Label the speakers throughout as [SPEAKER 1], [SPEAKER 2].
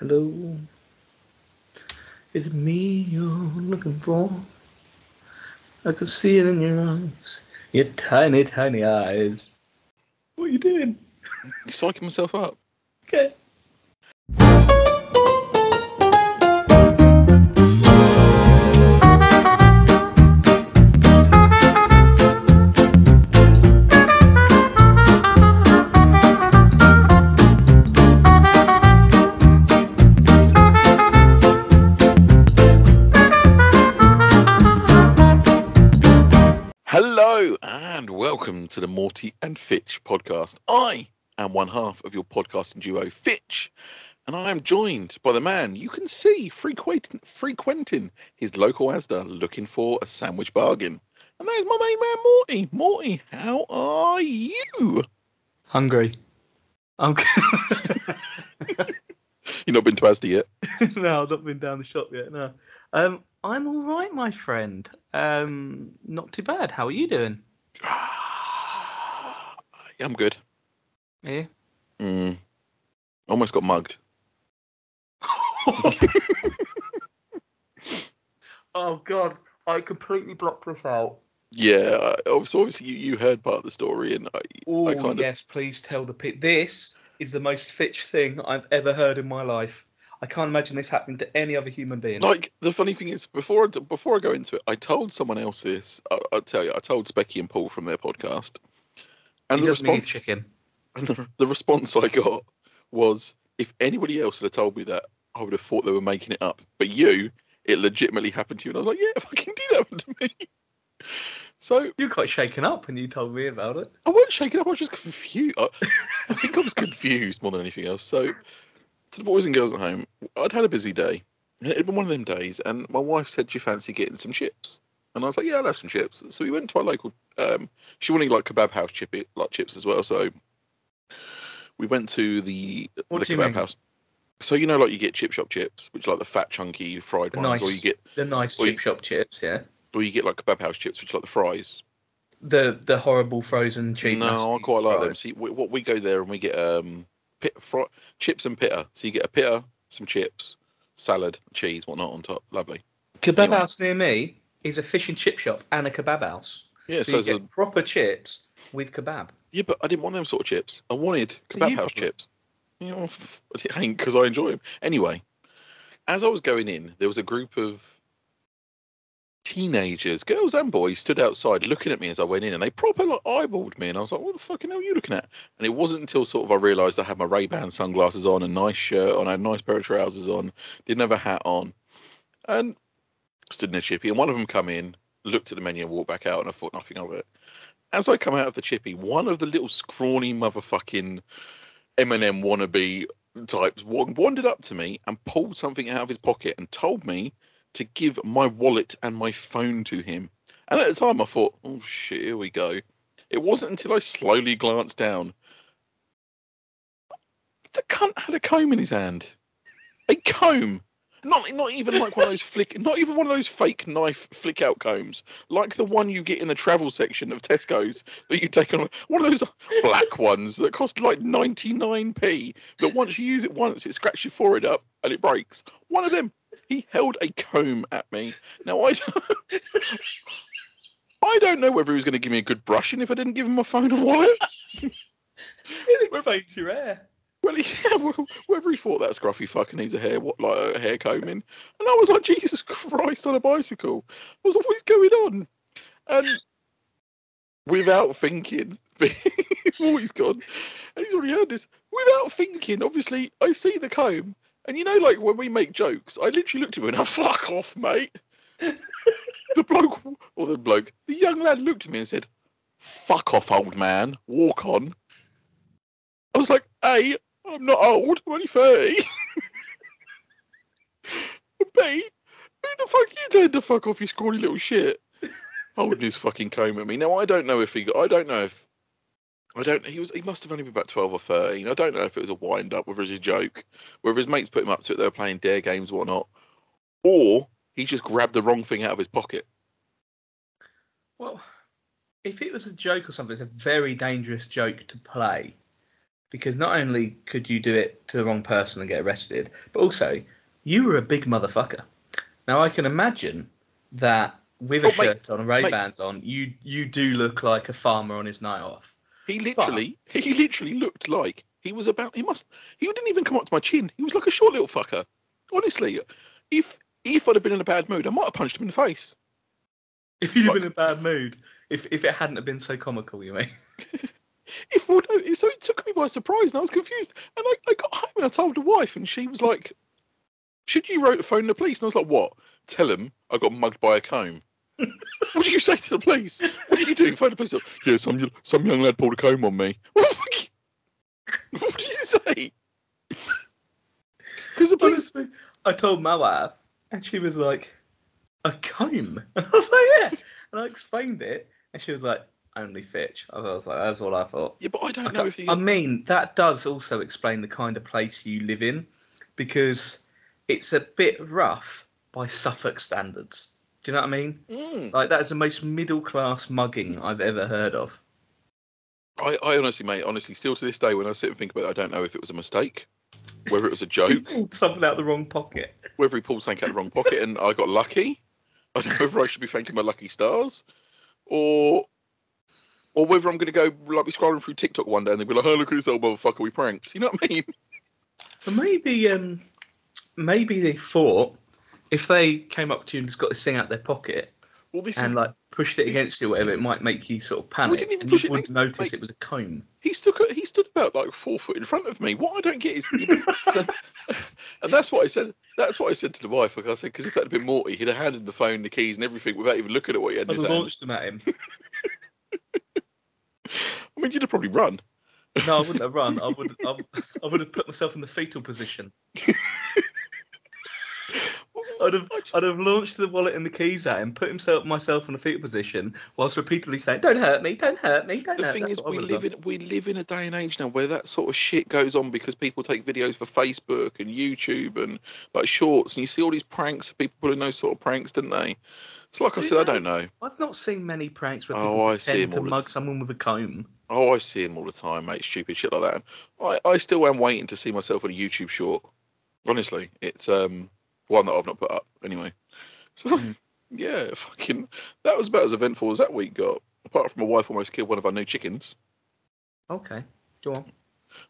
[SPEAKER 1] Hello. Is it me you're looking for? I can see it in your eyes. Your tiny, tiny eyes. What are you doing?
[SPEAKER 2] Psyching myself up.
[SPEAKER 1] Okay.
[SPEAKER 2] Hello and welcome to the Morty and Fitch podcast. I am one half of your podcasting duo, Fitch, and I am joined by the man you can see frequenting, frequenting his local ASDA looking for a sandwich bargain. And that is my main man, Morty. Morty, how are you?
[SPEAKER 1] Hungry. I'm.
[SPEAKER 2] You've not been to ASDA yet.
[SPEAKER 1] no, I've not been down the shop yet. No. Um, I'm all right, my friend. Um, not too bad. How are you doing?
[SPEAKER 2] yeah, I'm good.
[SPEAKER 1] Yeah.
[SPEAKER 2] Mm. Almost got mugged.
[SPEAKER 1] oh God, I completely blocked this out.
[SPEAKER 2] Yeah, I- so obviously you, you heard part of the story, and I,
[SPEAKER 1] Oh
[SPEAKER 2] kind of-
[SPEAKER 1] yes, please tell the pit. This is the most Fitch thing I've ever heard in my life. I can't imagine this happening to any other human being.
[SPEAKER 2] Like the funny thing is, before I, before I go into it, I told someone else this. I, I'll tell you, I told Specky and Paul from their podcast, and
[SPEAKER 1] he
[SPEAKER 2] the
[SPEAKER 1] doesn't mean he's
[SPEAKER 2] response
[SPEAKER 1] chicken.
[SPEAKER 2] and the, the response I got was, if anybody else had told me that, I would have thought they were making it up. But you, it legitimately happened to you, and I was like, yeah, it fucking did happen to me. So
[SPEAKER 1] You were quite shaken up when you told me about it.
[SPEAKER 2] I wasn't shaken up. I was just confused. I, I think I was confused more than anything else. So, to the boys and girls at home, I'd had a busy day. And it had been one of them days, and my wife said she fancied getting some chips, and I was like, "Yeah, I'll have some chips." So we went to our local. Um, she wanted like kebab house chip, like chips as well. So we went to the
[SPEAKER 1] What
[SPEAKER 2] the
[SPEAKER 1] do you
[SPEAKER 2] kebab
[SPEAKER 1] mean?
[SPEAKER 2] house. So you know, like you get chip shop chips, which are like the fat, chunky fried
[SPEAKER 1] The
[SPEAKER 2] ones, or
[SPEAKER 1] nice-
[SPEAKER 2] you get
[SPEAKER 1] The nice
[SPEAKER 2] Oi.
[SPEAKER 1] chip shop chips, yeah.
[SPEAKER 2] or you get like kebab house chips, which are like the fries.
[SPEAKER 1] The the horrible frozen cheap.
[SPEAKER 2] No, I
[SPEAKER 1] nasty
[SPEAKER 2] quite like them.
[SPEAKER 1] fries.
[SPEAKER 2] See, we, what we go there and we get um pit, fro- chips and pitta. So you get a pitta, some chips, salad, cheese, whatnot on top. Lovely.
[SPEAKER 1] Kebab
[SPEAKER 2] Anyway.
[SPEAKER 1] house near me is a fish and chip shop and a kebab house.
[SPEAKER 2] Yeah,
[SPEAKER 1] So,
[SPEAKER 2] so,
[SPEAKER 1] you
[SPEAKER 2] it's a-
[SPEAKER 1] get proper chips with kebab.
[SPEAKER 2] yeah, but I didn't want them sort of chips. I wanted
[SPEAKER 1] So
[SPEAKER 2] kebab
[SPEAKER 1] you
[SPEAKER 2] house
[SPEAKER 1] got them.
[SPEAKER 2] chips. You know, it ain't because I enjoy them anyway. As I was going in, there was a group of teenagers, girls and boys, stood outside looking at me as I went in, and they proper like eyeballed me, and I was like, "What the fucking hell are you looking at?" And it wasn't until sort of I realised I had my Ray Ban sunglasses on, a nice shirt on, I had a nice pair of trousers on, didn't have a hat on, and stood in a chippy. And one of them come in, looked at the menu, and walked back out, and I thought nothing of it. As I come out of the chippy, one of the little scrawny motherfucking Eminem wannabe types wa- wandered up to me and pulled something out of his pocket and told me to give my wallet and my phone to him. And at the time, I thought, oh shit, here we go. It wasn't until I slowly glanced down. The cunt had a comb in his hand. A comb. Not, not even like one of those flick, not even one of those fake knife flick out combs, like the one you get in the travel section of Tesco's that you take on one of those black ones that cost like 99p. That once you use it once, it scratches your forehead up and it breaks. One of them, he held a comb at me. Now I, I don't know whether he was going to give me a good brushing if I didn't give him my phone and wallet.
[SPEAKER 1] It explains your hair.
[SPEAKER 2] Well, yeah, well, whether he thought that scruffy fucker needs a hair what like a hair combing, and I was like, Jesus Christ on a bicycle. I was like, what's going on? And without thinking, Morty's gone, and he's already heard this. Without thinking, obviously, I see the comb, and you know, like when we make jokes, I literally looked at him and I fuck off, mate. the bloke, or the bloke, the young lad looked at me and said, "Fuck off, old man. Walk on." I was like, A, I'm not old, I'm only 30. B, who the fuck you turned the fuck off, you scrawny little shit? Holding his fucking comb at me. Now, I don't know if he got, I don't know if, I don't, he was, he must have only been about 12 or 13. I don't know if it was a wind up, whether it was a joke, whether his mates put him up to it, they were playing dare games or whatnot, or he just grabbed the wrong thing out of his pocket.
[SPEAKER 1] Well, if it was a joke or something, it's a very dangerous joke to play. because not only could you do it to the wrong person and get arrested, but also you were a big motherfucker. Now I can imagine that with a
[SPEAKER 2] Oh, mate,
[SPEAKER 1] shirt on, Ray Bans on, you you do look like a farmer on his night off.
[SPEAKER 2] He literally, he literally looked like he was about. He must. He didn't even come up to my chin. He was like a short little fucker. Honestly, if if I'd have been in a bad mood, I might have punched him in the face.
[SPEAKER 1] If you'd have
[SPEAKER 2] Right.
[SPEAKER 1] been in a bad mood, if if it hadn't have been so comical, you mean?
[SPEAKER 2] If well, no, so, it took me by surprise, and I was confused. And I, I got home and I told the wife, and she was like, "Should you wrote phone the police?" And I was like, "What? Tell them I got mugged by a comb." what did you say to the police? What did you do? Phone the police? Yeah, some some young lad pulled a comb on me. What the fuck? What did you say? Because the police
[SPEAKER 1] Honestly, I told my wife, and she was like, "A comb," and I was like, "Yeah," and I explained it, and she was like, "Only Fitch." I was like, "That's what I thought."
[SPEAKER 2] Yeah, but I don't know if he.
[SPEAKER 1] I mean, that does also explain the kind of place you live in, because it's a bit rough by Suffolk standards. Do you know what I mean?
[SPEAKER 2] Mm.
[SPEAKER 1] Like that is the most middle class mugging I've ever heard of.
[SPEAKER 2] I, I honestly, mate, honestly, still to this day, when I sit and think about it, I don't know if it was a mistake, whether it was a joke,
[SPEAKER 1] Pulled something out the wrong pocket.
[SPEAKER 2] whether he pulled something out of the wrong pocket and I got lucky. I don't know whether I should be thanking my lucky stars, or or whether I'm going to go like be scrolling through TikTok one day and they'll be like, "Oh, look at this old motherfucker we pranked." You know what I mean?
[SPEAKER 1] But maybe, um, maybe they thought if they came up to you and just got this thing out their pocket
[SPEAKER 2] Well, this
[SPEAKER 1] and
[SPEAKER 2] is
[SPEAKER 1] like pushed it against you or whatever, it might make you sort of panic.
[SPEAKER 2] didn't even
[SPEAKER 1] and
[SPEAKER 2] push
[SPEAKER 1] you
[SPEAKER 2] it
[SPEAKER 1] wouldn't notice
[SPEAKER 2] against- like-
[SPEAKER 1] it was a comb.
[SPEAKER 2] he stood he stood about like four foot in front of me. What I don't get is, and that's what I said. That's what I said to the wife. Like I said, because if that had been Morty, he'd have handed the phone, the keys, and everything without even looking at what he had
[SPEAKER 1] I
[SPEAKER 2] in his hand.
[SPEAKER 1] launched them at him.
[SPEAKER 2] I mean, you'd have probably run.
[SPEAKER 1] No, I wouldn't have run. I would. I, I would have put myself in the fetal position. I'd have. I'd have launched the wallet and the keys at him, put himself myself in the fetal position, whilst repeatedly saying, "Don't hurt me! Don't hurt me! Don't
[SPEAKER 2] the
[SPEAKER 1] hurt."
[SPEAKER 2] thing
[SPEAKER 1] That's
[SPEAKER 2] is,
[SPEAKER 1] what I
[SPEAKER 2] we
[SPEAKER 1] would
[SPEAKER 2] live
[SPEAKER 1] have
[SPEAKER 2] in we live in a day and age now where that sort of shit goes on because people take videos for Facebook and YouTube and like shorts, and you see all these pranks of people pulling those sort of pranks, didn't they? So, like I
[SPEAKER 1] Do
[SPEAKER 2] said, I
[SPEAKER 1] they?
[SPEAKER 2] don't know.
[SPEAKER 1] done. I've not seen many pranks where
[SPEAKER 2] Oh,
[SPEAKER 1] people
[SPEAKER 2] I see
[SPEAKER 1] pretend
[SPEAKER 2] 'em
[SPEAKER 1] to
[SPEAKER 2] all the
[SPEAKER 1] mug
[SPEAKER 2] t-
[SPEAKER 1] someone with a comb.
[SPEAKER 2] Oh, I see them all the time, mate. Stupid shit like that. I, I still am waiting to see myself on a YouTube short. Honestly, it's um one that I've not put up anyway. So
[SPEAKER 1] Mm.
[SPEAKER 2] yeah, fucking that was about as eventful as that week got. Apart from my wife almost killed one of our new chickens.
[SPEAKER 1] Okay, go
[SPEAKER 2] Mm.
[SPEAKER 1] on.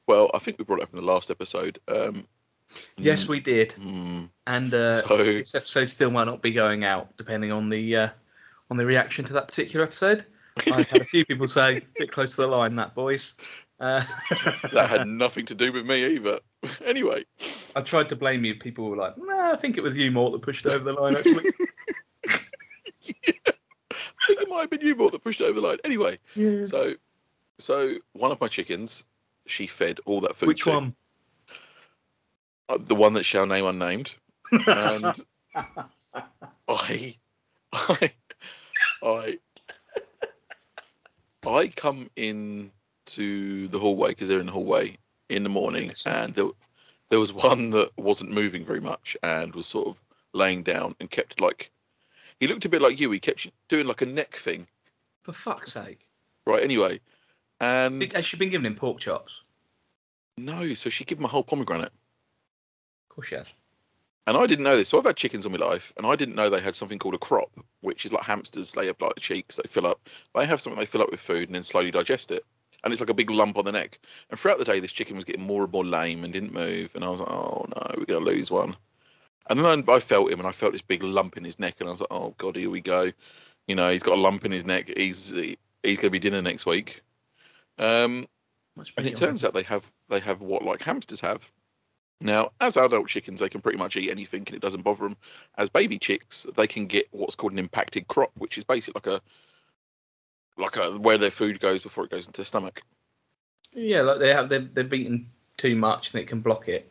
[SPEAKER 2] Well, I think we brought it up in the last episode. Um,
[SPEAKER 1] Yes, we did,
[SPEAKER 2] mm,
[SPEAKER 1] and uh,
[SPEAKER 2] so
[SPEAKER 1] this episode still might not be going out, depending on the uh, on the reaction to that particular episode. I've had a few people say, "Bit close to the line, that boys." Uh,
[SPEAKER 2] that had nothing to do with me either. anyway,
[SPEAKER 1] I tried to blame you. People were like, "No, I think it was you, Mort, that pushed it over the line." Actually,
[SPEAKER 2] I think it might have been you, Mort, that pushed it over the line. Anyway,
[SPEAKER 1] yeah.
[SPEAKER 2] so so one of my chickens, she fed all that food.
[SPEAKER 1] Which
[SPEAKER 2] to.
[SPEAKER 1] one?
[SPEAKER 2] uh, the one that shall name unnamed, and I, I, I, I come in to the hallway because they're in the hallway in the morning,
[SPEAKER 1] Yes.
[SPEAKER 2] and there, there was one that wasn't moving very much and was sort of laying down and kept like he looked a bit like you. He kept doing like a neck thing,
[SPEAKER 1] For fuck's sake!
[SPEAKER 2] right? Anyway, and
[SPEAKER 1] Did, has she been giving him pork chops?
[SPEAKER 2] no, so she gave him a whole pomegranate.
[SPEAKER 1] Of course she has.
[SPEAKER 2] And I didn't know this. So I've had chickens all my life, and I didn't know they had something called a crop, which is like hamsters. They have like cheeks they fill up. They have something they fill up with food and then slowly digest it. And it's like a big lump on the neck. And throughout the day, this chicken was getting more and more lame and didn't move. And I was like, oh no, we're going to lose one. And then I, I felt him, and I felt this big lump in his neck. And I was like, oh God, here we go. You know, he's got a lump in his neck. He's, he, he's going to be dinner next week. Um,
[SPEAKER 1] Much
[SPEAKER 2] and it
[SPEAKER 1] better.
[SPEAKER 2] turns out they have they have what like hamsters have. Now, as adult chickens, they can pretty much eat anything and it doesn't bother them. As baby chicks, they can get what's called an impacted crop, which is basically like a like a where their food goes before it goes into the stomach.
[SPEAKER 1] Yeah, like they have. They've, they've eaten too much, and it can block it.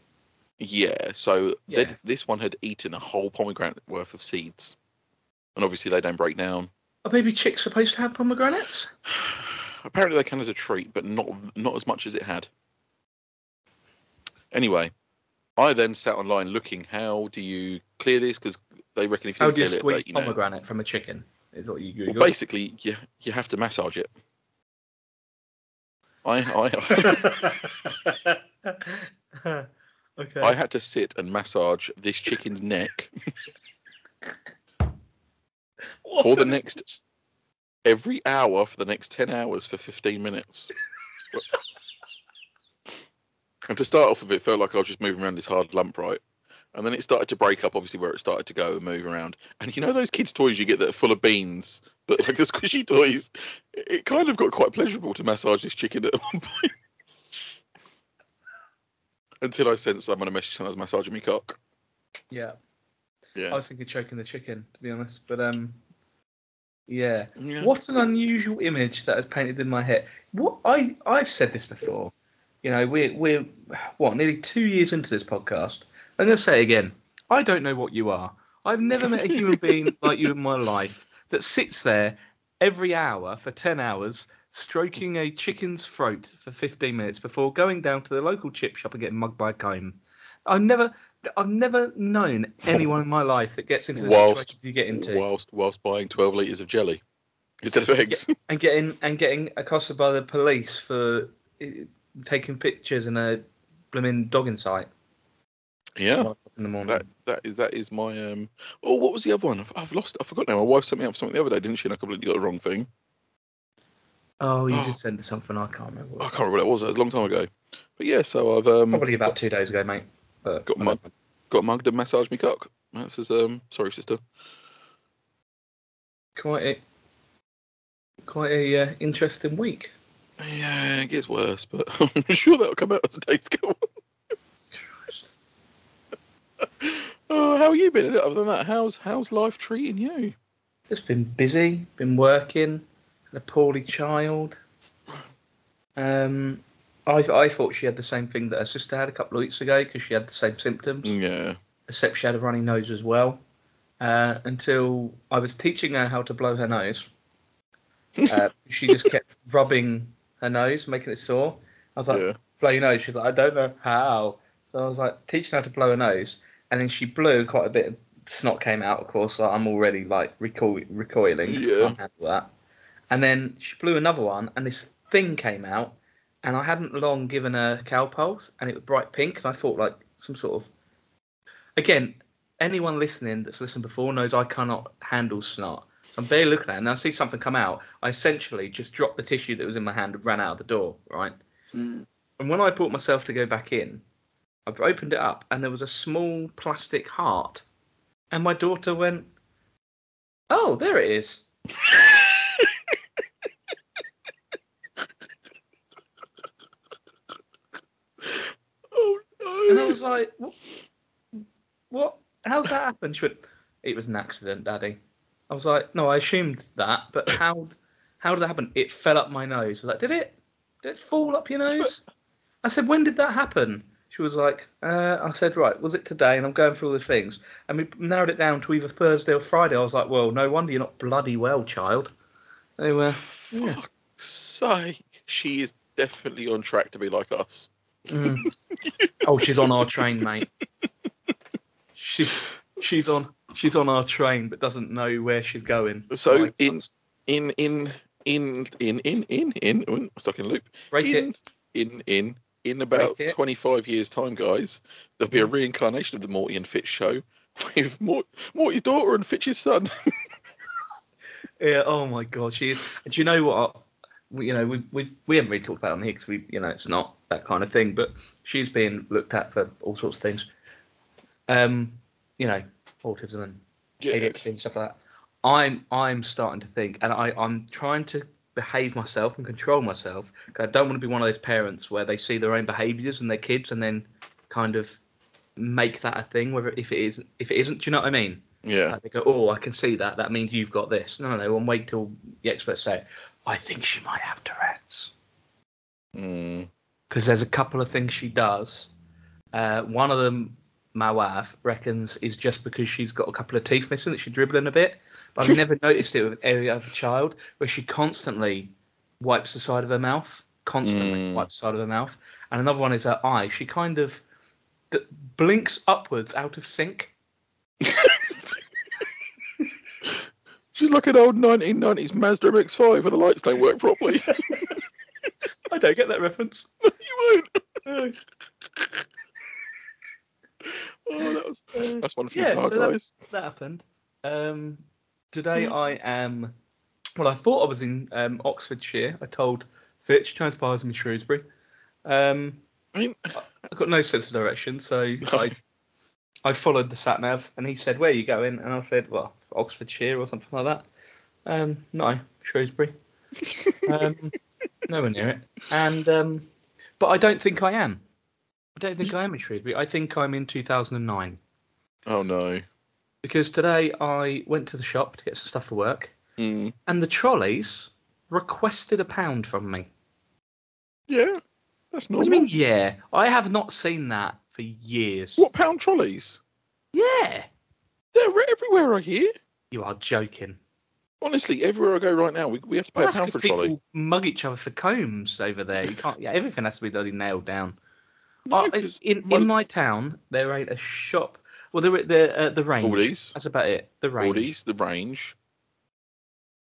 [SPEAKER 2] Yeah, so
[SPEAKER 1] Yeah.
[SPEAKER 2] they'd this one had eaten a whole pomegranate worth of seeds, and obviously they don't break down.
[SPEAKER 1] Are baby chicks supposed to have pomegranates?
[SPEAKER 2] Apparently, they can as a treat, but not not as much as it had. Anyway, I then sat online looking how do you clear this because they reckon if you
[SPEAKER 1] How do
[SPEAKER 2] clear
[SPEAKER 1] you
[SPEAKER 2] it,
[SPEAKER 1] squeeze
[SPEAKER 2] that, you know-
[SPEAKER 1] pomegranate from a chicken? Is what you
[SPEAKER 2] well,
[SPEAKER 1] Google.
[SPEAKER 2] basically you you have to massage it. I I,
[SPEAKER 1] okay.
[SPEAKER 2] I had to sit and massage this chicken's neck for the next every hour for the next ten hours for fifteen minutes. and to start off with, it felt like I was just moving around this hard lump, right? And then it started to break up, obviously, where it started to go and move around. And you know those kids' toys you get that are full of beans, that like the squishy toys. It, it kind of got quite pleasurable to massage this chicken at one point. Until I sense I'm going to message someone's massaging me cock.
[SPEAKER 1] yeah. I
[SPEAKER 2] Yeah.
[SPEAKER 1] was thinking choking the chicken, to be honest. But um, yeah.
[SPEAKER 2] Yeah.
[SPEAKER 1] What an unusual image that is painted in my head. What I I've said this before. You know, we're we're what nearly two years into this podcast. I'm going to say it again. I don't know what you are. I've never met a human being like you in my life that sits there every hour for ten hours stroking a chicken's throat for 15 minutes before going down to the local chip shop and getting mugged by a comb. I've never I've never known anyone in my life that gets into the
[SPEAKER 2] Whilst-
[SPEAKER 1] situations you get into.
[SPEAKER 2] Whilst whilst buying 12 litres of jelly instead of eggs.
[SPEAKER 1] and getting and getting accosted by the police for uh, taking pictures in a blooming dogging site
[SPEAKER 2] Yeah.
[SPEAKER 1] in the morning.
[SPEAKER 2] That that is that is my um. Oh, what was the other one? I've, I've lost. I forgot now. My wife sent me up for something the other day, didn't she? And I completely got the wrong thing.
[SPEAKER 1] oh, you
[SPEAKER 2] Oh.
[SPEAKER 1] did send something I can't remember.
[SPEAKER 2] I
[SPEAKER 1] what-
[SPEAKER 2] can't remember what it was. It was a long time ago. But yeah, so I've um
[SPEAKER 1] Probably about two days ago, mate. But uh,
[SPEAKER 2] got mugged, got mugged and massaged me cock. That's his um. Sorry, sister.
[SPEAKER 1] quite a quite a uh, interesting week.
[SPEAKER 2] Yeah, it gets worse, but I'm sure that'll come out as days go on. oh, how you been? Other than that, how's how's life treating you?
[SPEAKER 1] Just been busy, been working, had a poorly child. Um, I I thought she had the same thing that her sister had a couple of weeks ago because she had the same symptoms.
[SPEAKER 2] Yeah.
[SPEAKER 1] except she had a runny nose as well. Uh, until I was teaching her how to blow her nose, uh, she just kept rubbing her nose, making it sore. I was like,
[SPEAKER 2] yeah.
[SPEAKER 1] "Blow your nose." She's like, "I don't know how." So I was like, teaching her how to blow her nose, and then she blew quite a bit. of Snot came out, of course. So I'm already like recoil- recoiling. 'cause I
[SPEAKER 2] Yeah.
[SPEAKER 1] can't handle that. And then she blew another one, and this thing came out, and I hadn't long given her cow pulse, and it was bright pink, and I thought like some sort of. Again, anyone listening that's listened before knows I cannot handle snot. So I'm barely looking at it, and I see something come out. I essentially just dropped the tissue that was in my hand and ran out of the door, right? And when I brought myself to go back in, I opened it up and there was a small plastic heart. And my daughter went, Oh, there it is.
[SPEAKER 2] Oh
[SPEAKER 1] And I
[SPEAKER 2] no.
[SPEAKER 1] was like, What? what? How's that happened? She went, It was an accident, Daddy. I was like, No, I assumed that, but how how did that happen? It fell up my nose. I was like, Did it? Did it fall up your nose? I said, When did that happen? She was like, uh, I said, Right, was it today? And I'm going through all the things. And we narrowed it down to either Thursday or Friday. I was like, Well, no wonder you're not bloody well, child. They were, yeah.
[SPEAKER 2] Fuck's sake. She is definitely on track to be like us.
[SPEAKER 1] Mm. oh, she's on our train, mate. She's she's on she's on our train, but doesn't know where she's going.
[SPEAKER 2] So
[SPEAKER 1] Like, um,
[SPEAKER 2] in in in in in in in in ooh, stuck in a loop.
[SPEAKER 1] break
[SPEAKER 2] in,
[SPEAKER 1] it.
[SPEAKER 2] in in in about
[SPEAKER 1] Break it. Mm-hmm.
[SPEAKER 2] twenty five years time, guys, there'll be a reincarnation of the Morty and Fitch show with Mort, Morty's daughter and Fitch's son.
[SPEAKER 1] Yeah. Oh my god. She. Do you know what? We, you know, we we we haven't really talked about it on here because we, you know, it's not that kind of thing. But she's being looked at for all sorts of things. Um, you know, autism and ADHD and stuff like that. I'm I'm starting to think, and I I'm trying to behave myself and control myself. 'cause I don't want to be one of those parents where they see their own behaviours and their kids, and then kind of make that a thing. Whether if it is if it isn't, do you know what I mean?
[SPEAKER 2] Yeah.
[SPEAKER 1] Like they go, oh, I can see that. That means you've got this. No, no, no. And wait till the experts say, I think she might have Tourette's
[SPEAKER 2] Mm.
[SPEAKER 1] because there's a couple of things she does. Uh, one of them, my wife reckons, is just because she's got a couple of teeth missing that she's dribbling a bit. But I've never noticed it with any other child where she constantly wipes the side of her mouth, constantly
[SPEAKER 2] Mm.
[SPEAKER 1] wipes the side of her mouth. And another one is her eye. She kind of d- blinks upwards out of sync.
[SPEAKER 2] She's like an old nineteen nineties Mazda MX five where the lights don't work properly.
[SPEAKER 1] I don't get that reference.
[SPEAKER 2] you
[SPEAKER 1] Uh,
[SPEAKER 2] won't. Oh, that was,
[SPEAKER 1] uh,
[SPEAKER 2] that's wonderful.
[SPEAKER 1] Yeah,
[SPEAKER 2] Car
[SPEAKER 1] so that-
[SPEAKER 2] Guys.
[SPEAKER 1] that happened. Um, today
[SPEAKER 2] Hmm.
[SPEAKER 1] I am. Well, I thought I was in um, Oxfordshire. I told Fitch, transpires me Shrewsbury. Um,
[SPEAKER 2] I mean,
[SPEAKER 1] I got no sense of direction, so I I followed the sat nav, and he said, "Where are you going?" And I said, "Well, Oxfordshire or something like that." Um, no, Shrewsbury. Um, nowhere near it. And um, but I don't think I am. I don't think I am in Shrewsbury. I think I'm in 2009
[SPEAKER 2] oh no.
[SPEAKER 1] because today I went to the shop to get some stuff for work,
[SPEAKER 2] Mm.
[SPEAKER 1] and the trolleys requested a pound from me.
[SPEAKER 2] Yeah, that's
[SPEAKER 1] What
[SPEAKER 2] normal.
[SPEAKER 1] do you mean? Yeah, I have not seen that for years.
[SPEAKER 2] What pound trolleys?
[SPEAKER 1] Yeah,
[SPEAKER 2] They're everywhere. I hear.
[SPEAKER 1] you are joking.
[SPEAKER 2] Honestly, everywhere I go right now, we, we have to pay
[SPEAKER 1] Well,
[SPEAKER 2] a
[SPEAKER 1] that's
[SPEAKER 2] pound for a
[SPEAKER 1] 'cause
[SPEAKER 2] trolley.
[SPEAKER 1] people mug each other for combs over there. You can't. Yeah, everything has to be bloody nailed down.
[SPEAKER 2] No,
[SPEAKER 1] I-
[SPEAKER 2] 'cause
[SPEAKER 1] in
[SPEAKER 2] well-
[SPEAKER 1] in my town, there ain't a shop. Well, there the uh, the range.
[SPEAKER 2] Aldi's.
[SPEAKER 1] That's about it. The range.
[SPEAKER 2] Aldi's, the range,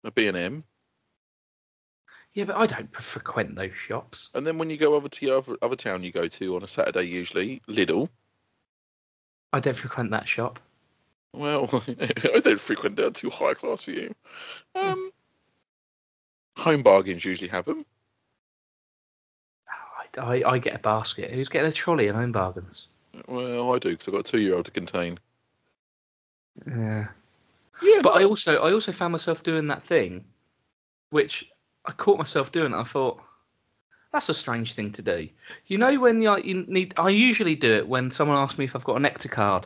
[SPEAKER 2] a B and M,
[SPEAKER 1] Yeah, but I don't pre- frequent those shops.
[SPEAKER 2] and then when you go over to your other, other town, you go to on a Saturday usually Lidl.
[SPEAKER 1] I don't frequent that shop.
[SPEAKER 2] Well, I don't frequent that too high class for you.
[SPEAKER 1] Hmm.
[SPEAKER 2] Um, home bargains usually have them.
[SPEAKER 1] I, I, I get a basket. Who's getting a trolley and home bargains?
[SPEAKER 2] Well, I do because I've got a two-year-old to contain.
[SPEAKER 1] Yeah.
[SPEAKER 2] Yeah,
[SPEAKER 1] But I also I also found myself doing that thing, which I caught myself doing. And I thought that's a strange thing to do. You know when you, like, you need I usually do it when someone asks me if I've got an Nectar card.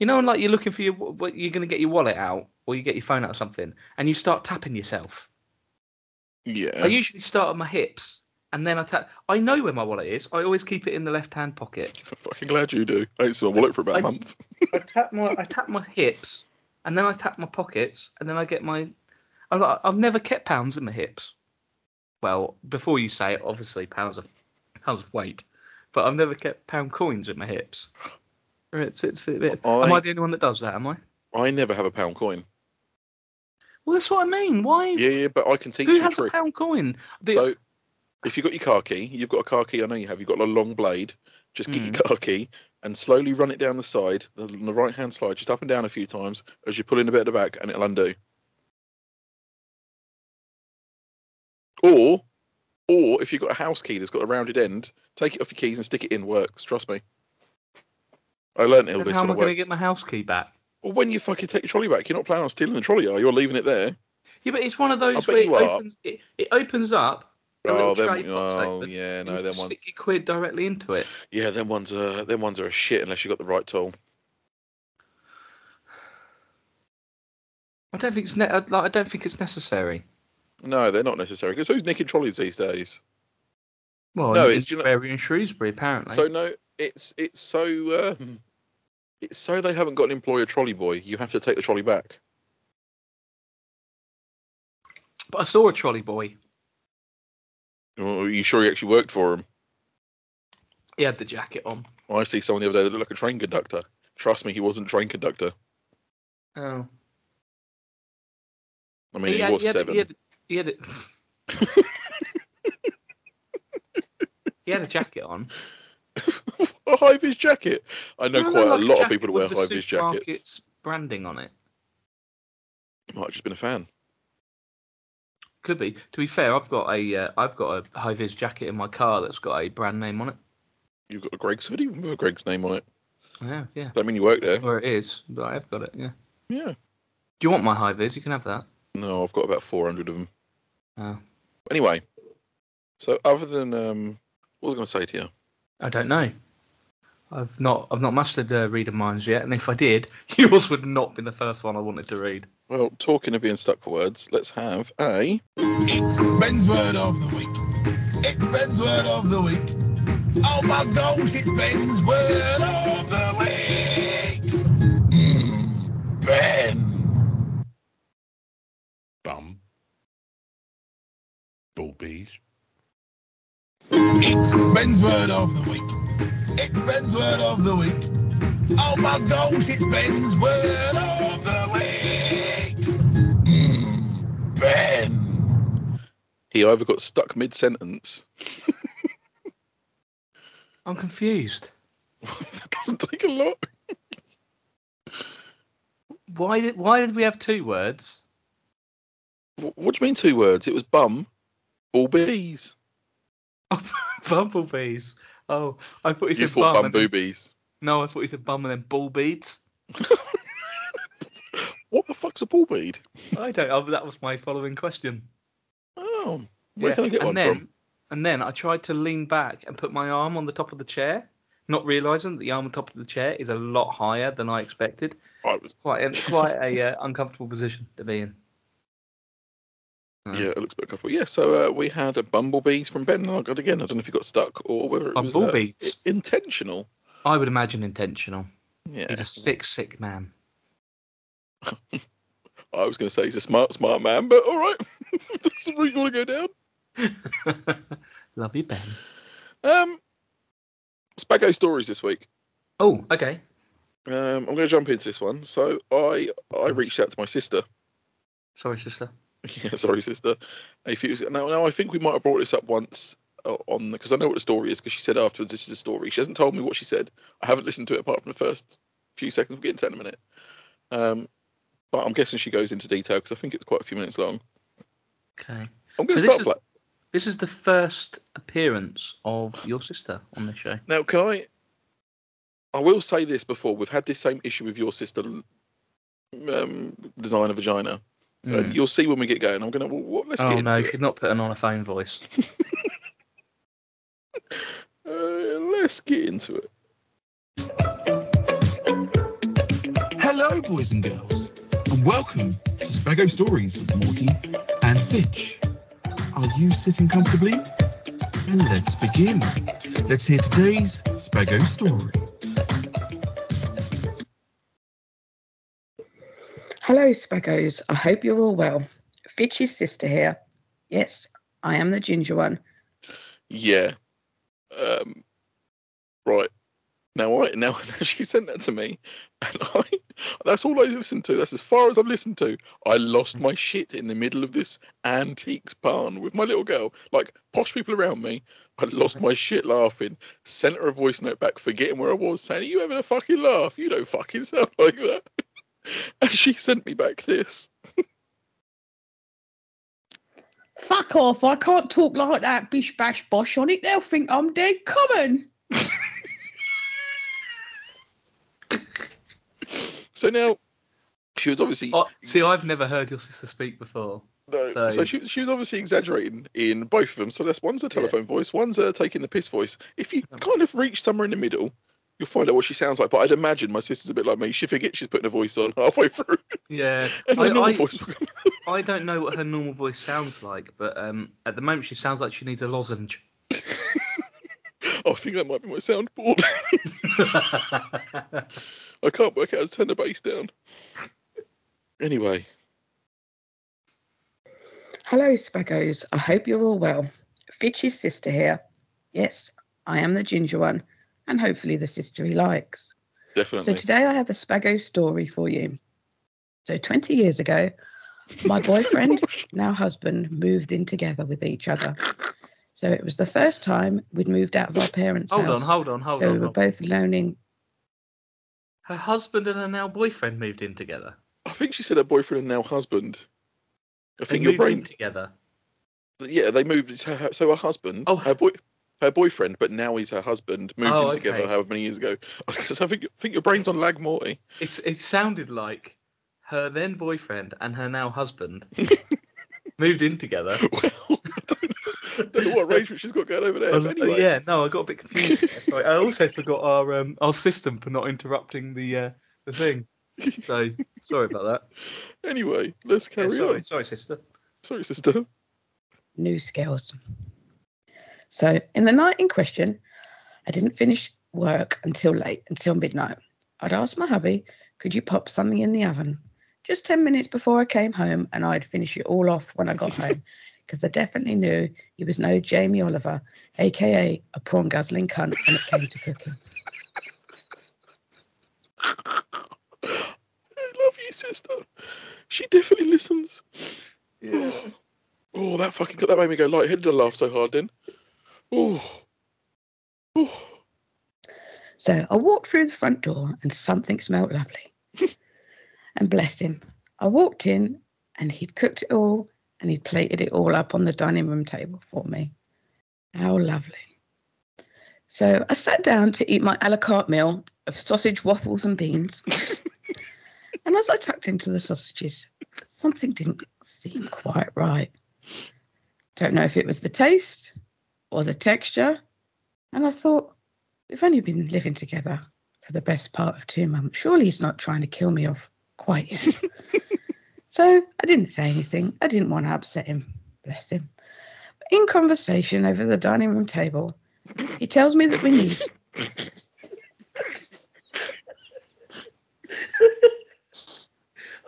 [SPEAKER 1] You know, when, like you're looking for your wa- what you're going to get your wallet out or you get your phone out or something, and you start tapping yourself.
[SPEAKER 2] yeah.
[SPEAKER 1] I usually start at my hips. And then I tap. I know where my wallet is. I always keep it in the left hand pocket.
[SPEAKER 2] I'm fucking glad you do. I ain't seen my wallet for about
[SPEAKER 1] I-
[SPEAKER 2] a month.
[SPEAKER 1] I tap my I tap my hips, and then I tap my pockets, and then I get my. I'm like, I've never kept pounds in my hips. Well, before you say it, obviously pounds of pounds of weight, but I've never kept pound coins in my hips. It's, it's, it-
[SPEAKER 2] I-
[SPEAKER 1] Am I the only one that does that? Am I?
[SPEAKER 2] I never have a pound coin.
[SPEAKER 1] Well, that's what I mean. Why?
[SPEAKER 2] Yeah, yeah, but I can teach
[SPEAKER 1] who
[SPEAKER 2] you a
[SPEAKER 1] has a
[SPEAKER 2] trick.
[SPEAKER 1] pound coin? The-
[SPEAKER 2] So, if you've got your car key, you've got a car key. I know you have. You've got a long blade. Just get
[SPEAKER 1] Mm.
[SPEAKER 2] your car key and slowly run it down the side, the- on the right hand side, just up and down a few times as you pull in a bit at the back, and it'll undo. Or, or if you've got a house key that's got a rounded end, take it off your keys and stick it in. Works. Trust me. I learned all
[SPEAKER 1] then
[SPEAKER 2] this
[SPEAKER 1] how am
[SPEAKER 2] when
[SPEAKER 1] I
[SPEAKER 2] I
[SPEAKER 1] going to
[SPEAKER 2] worked.
[SPEAKER 1] get my house key back?
[SPEAKER 2] Well, when you fucking take your trolley back, you're not planning on stealing the trolley, are you? You're leaving it there.
[SPEAKER 1] Yeah, but it's one of those
[SPEAKER 2] bet
[SPEAKER 1] where it
[SPEAKER 2] you are.
[SPEAKER 1] opens, it, it opens up. A little
[SPEAKER 2] Oh, them,
[SPEAKER 1] tray pops
[SPEAKER 2] oh
[SPEAKER 1] open,
[SPEAKER 2] yeah,
[SPEAKER 1] and
[SPEAKER 2] no,
[SPEAKER 1] you
[SPEAKER 2] them
[SPEAKER 1] just
[SPEAKER 2] ones.
[SPEAKER 1] stick your quid directly into it.
[SPEAKER 2] Yeah, them ones are them ones are a shit unless you got the right tool.
[SPEAKER 1] I don't think it's ne- I'd- like, I don't think it's necessary.
[SPEAKER 2] No, they're not necessary. Because who's nicking trolleys these days?
[SPEAKER 1] Well,
[SPEAKER 2] No,
[SPEAKER 1] in,
[SPEAKER 2] it's-
[SPEAKER 1] in
[SPEAKER 2] you know-
[SPEAKER 1] Bury and Shrewsbury apparently.
[SPEAKER 2] So no, it's it's so
[SPEAKER 1] Hmm.
[SPEAKER 2] um, it's so they haven't got an employer trolley boy. You have to take the trolley back.
[SPEAKER 1] but I saw a trolley boy.
[SPEAKER 2] Oh, Are you sure he actually worked for him?
[SPEAKER 1] He had the jacket on.
[SPEAKER 2] I see someone the other day that looked like a train conductor. Trust me, he wasn't a train conductor.
[SPEAKER 1] Oh,
[SPEAKER 2] I mean, he,
[SPEAKER 1] had-
[SPEAKER 2] was
[SPEAKER 1] had-
[SPEAKER 2] seven.
[SPEAKER 1] He had, he had, it. he had a jacket on.
[SPEAKER 2] a high vis jacket. I know
[SPEAKER 1] No, no,
[SPEAKER 2] quite
[SPEAKER 1] like
[SPEAKER 2] a lot of
[SPEAKER 1] jacket
[SPEAKER 2] people that wear
[SPEAKER 1] with the
[SPEAKER 2] high vis jackets.
[SPEAKER 1] supermarket's Branding on it
[SPEAKER 2] Might have just been a fan.
[SPEAKER 1] could be. To be fair, I've got a uh, I've got a high vis jacket in my car that's got a brand name on it.
[SPEAKER 2] You've got a Greg's. Who do you remember Greg's name on it?
[SPEAKER 1] Yeah, yeah.
[SPEAKER 2] Does that mean you work there?
[SPEAKER 1] Or it is, but I have got it. Yeah.
[SPEAKER 2] Yeah.
[SPEAKER 1] Do you want my high vis? You can have that.
[SPEAKER 2] No, I've got about 400 of them.
[SPEAKER 1] Oh.
[SPEAKER 2] Anyway, so other than um, what was I going to say to you?
[SPEAKER 1] I don't know. I've not I've not mastered uh, reader minds yet, and if I did, yours would not be the first one I wanted to read.
[SPEAKER 2] Well, talking of being stuck for words, let's have a.
[SPEAKER 3] It's Ben's word of the week. It's Ben's word of the week. Oh my gosh, it's Ben's word of the week. Mm, ben.
[SPEAKER 4] bum, ball bees,
[SPEAKER 3] It's Ben's word of the week. It's Ben's word of the week. Oh my gosh, it's Ben's word of the week. Mm, ben.
[SPEAKER 2] He either got stuck mid sentence.
[SPEAKER 1] I'm confused.
[SPEAKER 2] that doesn't take a lot.
[SPEAKER 1] Why did why did we have two words?
[SPEAKER 2] Wh- What do you mean two words? It was bum or bees.
[SPEAKER 1] Bumblebees. Oh, I thought he
[SPEAKER 2] You
[SPEAKER 1] said
[SPEAKER 2] thought
[SPEAKER 1] bum.
[SPEAKER 2] bum
[SPEAKER 1] and then-
[SPEAKER 2] boobies.
[SPEAKER 1] no, I thought he said bum and then ball beads.
[SPEAKER 2] What the fuck's a ball bead?
[SPEAKER 1] I don't. Oh, that was my following question.
[SPEAKER 2] Oh, where
[SPEAKER 1] Yeah,
[SPEAKER 2] can I get
[SPEAKER 1] and
[SPEAKER 2] one
[SPEAKER 1] then,
[SPEAKER 2] from?
[SPEAKER 1] And then I tried to lean back and put my arm on the top of the chair, not realizing that the arm on top of the chair is a lot higher than I expected.
[SPEAKER 2] I was-
[SPEAKER 1] Quite a, quite a uh, uncomfortable position to be in. Uh,
[SPEAKER 2] yeah, it looks a bit comfortable. Yeah, so uh, we had a bumblebees from Ben. Like, and again, I don't know if he got stuck or whether it was uh,
[SPEAKER 1] Bumblebees?
[SPEAKER 2] i- intentional.
[SPEAKER 1] I would imagine intentional.
[SPEAKER 2] Yeah,
[SPEAKER 1] He's a sick, sick man.
[SPEAKER 2] I was going to say he's a smart, smart man, but all right, that's the route you want to go down.
[SPEAKER 1] Love you, Ben.
[SPEAKER 2] Um, Spago stories this week.
[SPEAKER 1] Oh, okay.
[SPEAKER 2] Um, I'm going to jump into this one. So I I reached out to my sister.
[SPEAKER 1] Sorry, sister.
[SPEAKER 2] Yeah, sorry, sister. A few now, now I think we might have brought this up once uh, on because I know what the story is because she said afterwards this is a story. She hasn't told me what she said. I haven't listened to it apart from the first few seconds. We'll get into that in a minute. Um, but I'm guessing she goes into detail because I think it's quite a few minutes long.
[SPEAKER 1] Okay.
[SPEAKER 2] I'm
[SPEAKER 1] So
[SPEAKER 2] going to
[SPEAKER 1] this
[SPEAKER 2] start
[SPEAKER 1] is-
[SPEAKER 2] flat.
[SPEAKER 1] This is the first appearance of your sister on this show.
[SPEAKER 2] Now, can I? I will say this before we've had this same issue with your sister um, design a vagina. Uh,
[SPEAKER 1] Mm.
[SPEAKER 2] you'll see when we get going. I'm gonna. Well, what, let's
[SPEAKER 1] Oh
[SPEAKER 2] get
[SPEAKER 1] no,
[SPEAKER 2] into it.
[SPEAKER 1] she's not putting on a phone voice.
[SPEAKER 2] Uh, let's get into it.
[SPEAKER 3] Hello, boys and girls, and welcome to Spago Stories with Morty and Fitch. Are you sitting comfortably? Then let's begin. Let's hear today's Spago story.
[SPEAKER 4] Hello, Spaggos. I hope you're all well. Fitch's sister here. Yes, I am the ginger one.
[SPEAKER 2] Yeah. Um, right. Now I now she sent that to me, and I that's all I listened to. That's as far as I've listened to. I lost my shit in the middle of this antiques barn with my little girl. Like posh people around me, I lost my shit laughing. Sent her a voice note back, forgetting where I was, saying, "Are you having a fucking laugh? You don't fucking sound like that." and she sent me back this.
[SPEAKER 4] Fuck off. I can't talk like that. Bish bash bosh on it. They'll think I'm dead. Common.
[SPEAKER 2] So now she was obviously
[SPEAKER 1] Oh, see, I've never heard your sister speak before.
[SPEAKER 2] No, so,
[SPEAKER 1] So-
[SPEAKER 2] she, she was obviously exaggerating in both of them. So that's one's a telephone voice, one's a taking the piss voice. If
[SPEAKER 1] Um,
[SPEAKER 2] you kind of reach somewhere in the middle, you'll find out what she sounds like. But I'd imagine my sister's a bit like me. She forgets she's putting a voice on halfway through,
[SPEAKER 1] Yeah,
[SPEAKER 2] and her
[SPEAKER 1] I-
[SPEAKER 2] normal
[SPEAKER 1] I-
[SPEAKER 2] voice will come-
[SPEAKER 1] I don't know what her normal voice sounds like, but um, at the moment she sounds like she needs a lozenge.
[SPEAKER 2] Oh, I think that might be my soundboard. I can't work out how to turn the bass down. Anyway,
[SPEAKER 4] Hello, Spaggos. I hope you're all well. Fitch's sister here. Yes, I am the ginger one, and hopefully the sister he likes. So
[SPEAKER 2] definitely.
[SPEAKER 4] today I have a Spago story for you. So 20 years ago, my boyfriend, now husband, moved in together with each other. So it was the first time we'd moved out of our parents'
[SPEAKER 1] hold
[SPEAKER 4] house.
[SPEAKER 1] on, hold on, hold
[SPEAKER 4] so
[SPEAKER 1] on.
[SPEAKER 4] we were
[SPEAKER 1] hold on.
[SPEAKER 4] both learning.
[SPEAKER 1] Her husband and her now boyfriend moved in together.
[SPEAKER 2] I think she said her boyfriend and now husband. I
[SPEAKER 1] They
[SPEAKER 2] think your
[SPEAKER 1] moved in
[SPEAKER 2] brain.
[SPEAKER 1] together.
[SPEAKER 2] Yeah, they moved. it's her- So her husband,
[SPEAKER 1] Oh.
[SPEAKER 2] her boy, her boyfriend, but now he's her husband. Moved
[SPEAKER 1] Oh,
[SPEAKER 2] in together
[SPEAKER 1] okay.
[SPEAKER 2] however many years ago. I was going to say, I think, I think your brain's on lag, Morty.
[SPEAKER 1] It's it sounded like her then boyfriend and her now husband moved in together.
[SPEAKER 2] Well, don't know what arrangement she's got going over there.
[SPEAKER 1] Uh,
[SPEAKER 2] but anyway,
[SPEAKER 1] Yeah, no, I got a bit confused. there. Sorry, I also forgot our um, our system for not interrupting the uh, the thing. So sorry about that.
[SPEAKER 2] anyway, let's
[SPEAKER 1] Yeah,
[SPEAKER 2] carry
[SPEAKER 1] sorry,
[SPEAKER 2] on.
[SPEAKER 1] sorry, sister.
[SPEAKER 2] Sorry, sister.
[SPEAKER 4] new skills. So in the night in question, I didn't finish work until late, until midnight. I'd asked my hubby, could you pop something in the oven? Just 10 minutes before I came home, and I'd finish it all off when I got home, because I definitely knew he was no Jamie Oliver, aka a porn guzzling cunt when it came to cooking.
[SPEAKER 2] I love you, sister. She definitely listens.
[SPEAKER 1] Yeah.
[SPEAKER 2] Oh, that fucking that made me go lightheaded. I laughed so hard then. Oh, oh.
[SPEAKER 4] So I walked through the front door and something smelled lovely. and bless him. I walked in and he'd cooked it all and he'd plated it all up on the dining room table for me. How lovely. So I sat down to eat my a la carte meal of sausage, waffles, and beans. and as I tucked into the sausages, something didn't seem quite right. Don't know if it was the taste or the texture. And I thought, we've only been living together for the best part of two months. Surely he's not trying to kill me off quite yet. so I didn't say anything. I didn't want to upset him. Bless him. But in conversation over the dining room table, he tells me that we need.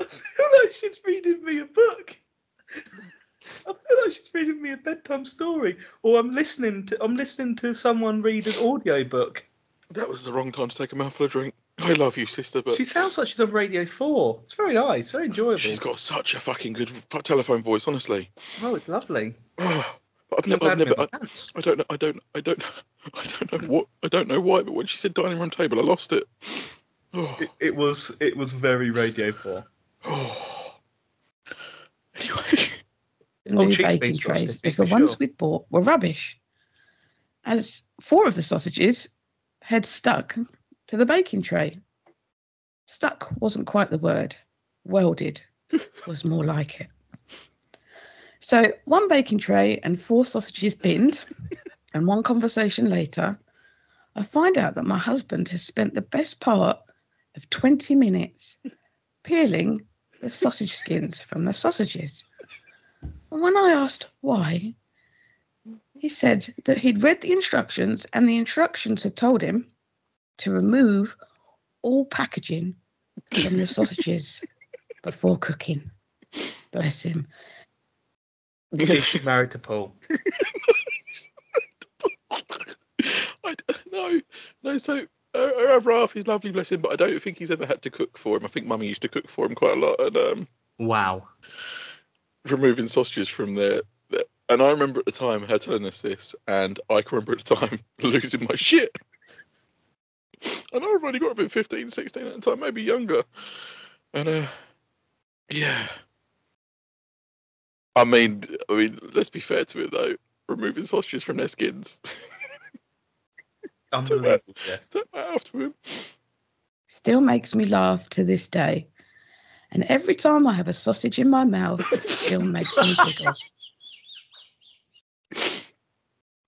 [SPEAKER 1] I feel like she's reading me a book. I feel like she's reading me a bedtime story, or I'm listening to I'm listening to someone read an audio book.
[SPEAKER 2] That was the wrong time to take a mouthful of drink. I love you, sister, but
[SPEAKER 1] She sounds like she's on Radio Four. It's very nice, very enjoyable.
[SPEAKER 2] she's got such a fucking good f- telephone voice. Honestly,
[SPEAKER 1] Oh, it's lovely.
[SPEAKER 2] oh, but I've,
[SPEAKER 1] I'm
[SPEAKER 2] never,
[SPEAKER 1] glad I'm
[SPEAKER 2] I've
[SPEAKER 1] in
[SPEAKER 2] never,
[SPEAKER 1] my
[SPEAKER 2] I,
[SPEAKER 1] pants.
[SPEAKER 2] I don't know, I don't, I don't, I don't know what, I don't know why, but when she said dining room table, I lost it. Oh,
[SPEAKER 1] It, it was it was very Radio Four.
[SPEAKER 2] oh. Anyway,
[SPEAKER 4] The
[SPEAKER 1] Oh,
[SPEAKER 4] new
[SPEAKER 1] cheese
[SPEAKER 4] baking
[SPEAKER 1] beans
[SPEAKER 4] trays
[SPEAKER 1] frosting,
[SPEAKER 4] because
[SPEAKER 1] for
[SPEAKER 4] the ones
[SPEAKER 1] sure.
[SPEAKER 4] we bought were rubbish. As four of the sausages had stuck to the baking tray. Stuck wasn't quite the word, welded was more like it. So, one baking tray and four sausages binned, and one conversation later, I find out that my husband has spent the best part of 20 minutes peeling the sausage skins from the sausages. And when I asked why, he said that he'd read the instructions and the instructions had told him to remove all packaging from the sausages before cooking. Bless him.
[SPEAKER 1] Because she's married to Paul.
[SPEAKER 2] I d- no, no. So uh, Ralph is lovely, bless him, but I don't think he's ever had to cook for him. I think Mummy used to cook for him quite a lot, and um,
[SPEAKER 1] Wow.
[SPEAKER 2] removing sausages from their. their- And I remember at the time her telling us this, and I can remember at the time losing my shit. And I've only got about 15, 16 at the time, maybe younger. And uh, yeah. I mean, I mean, let's be fair to it though. Removing sausages from their skins.
[SPEAKER 1] Unbelievable, Jeff.
[SPEAKER 2] Don't matter after him.
[SPEAKER 4] Still makes me laugh to this day. And every time I have a sausage in my mouth, it still makes me giggle.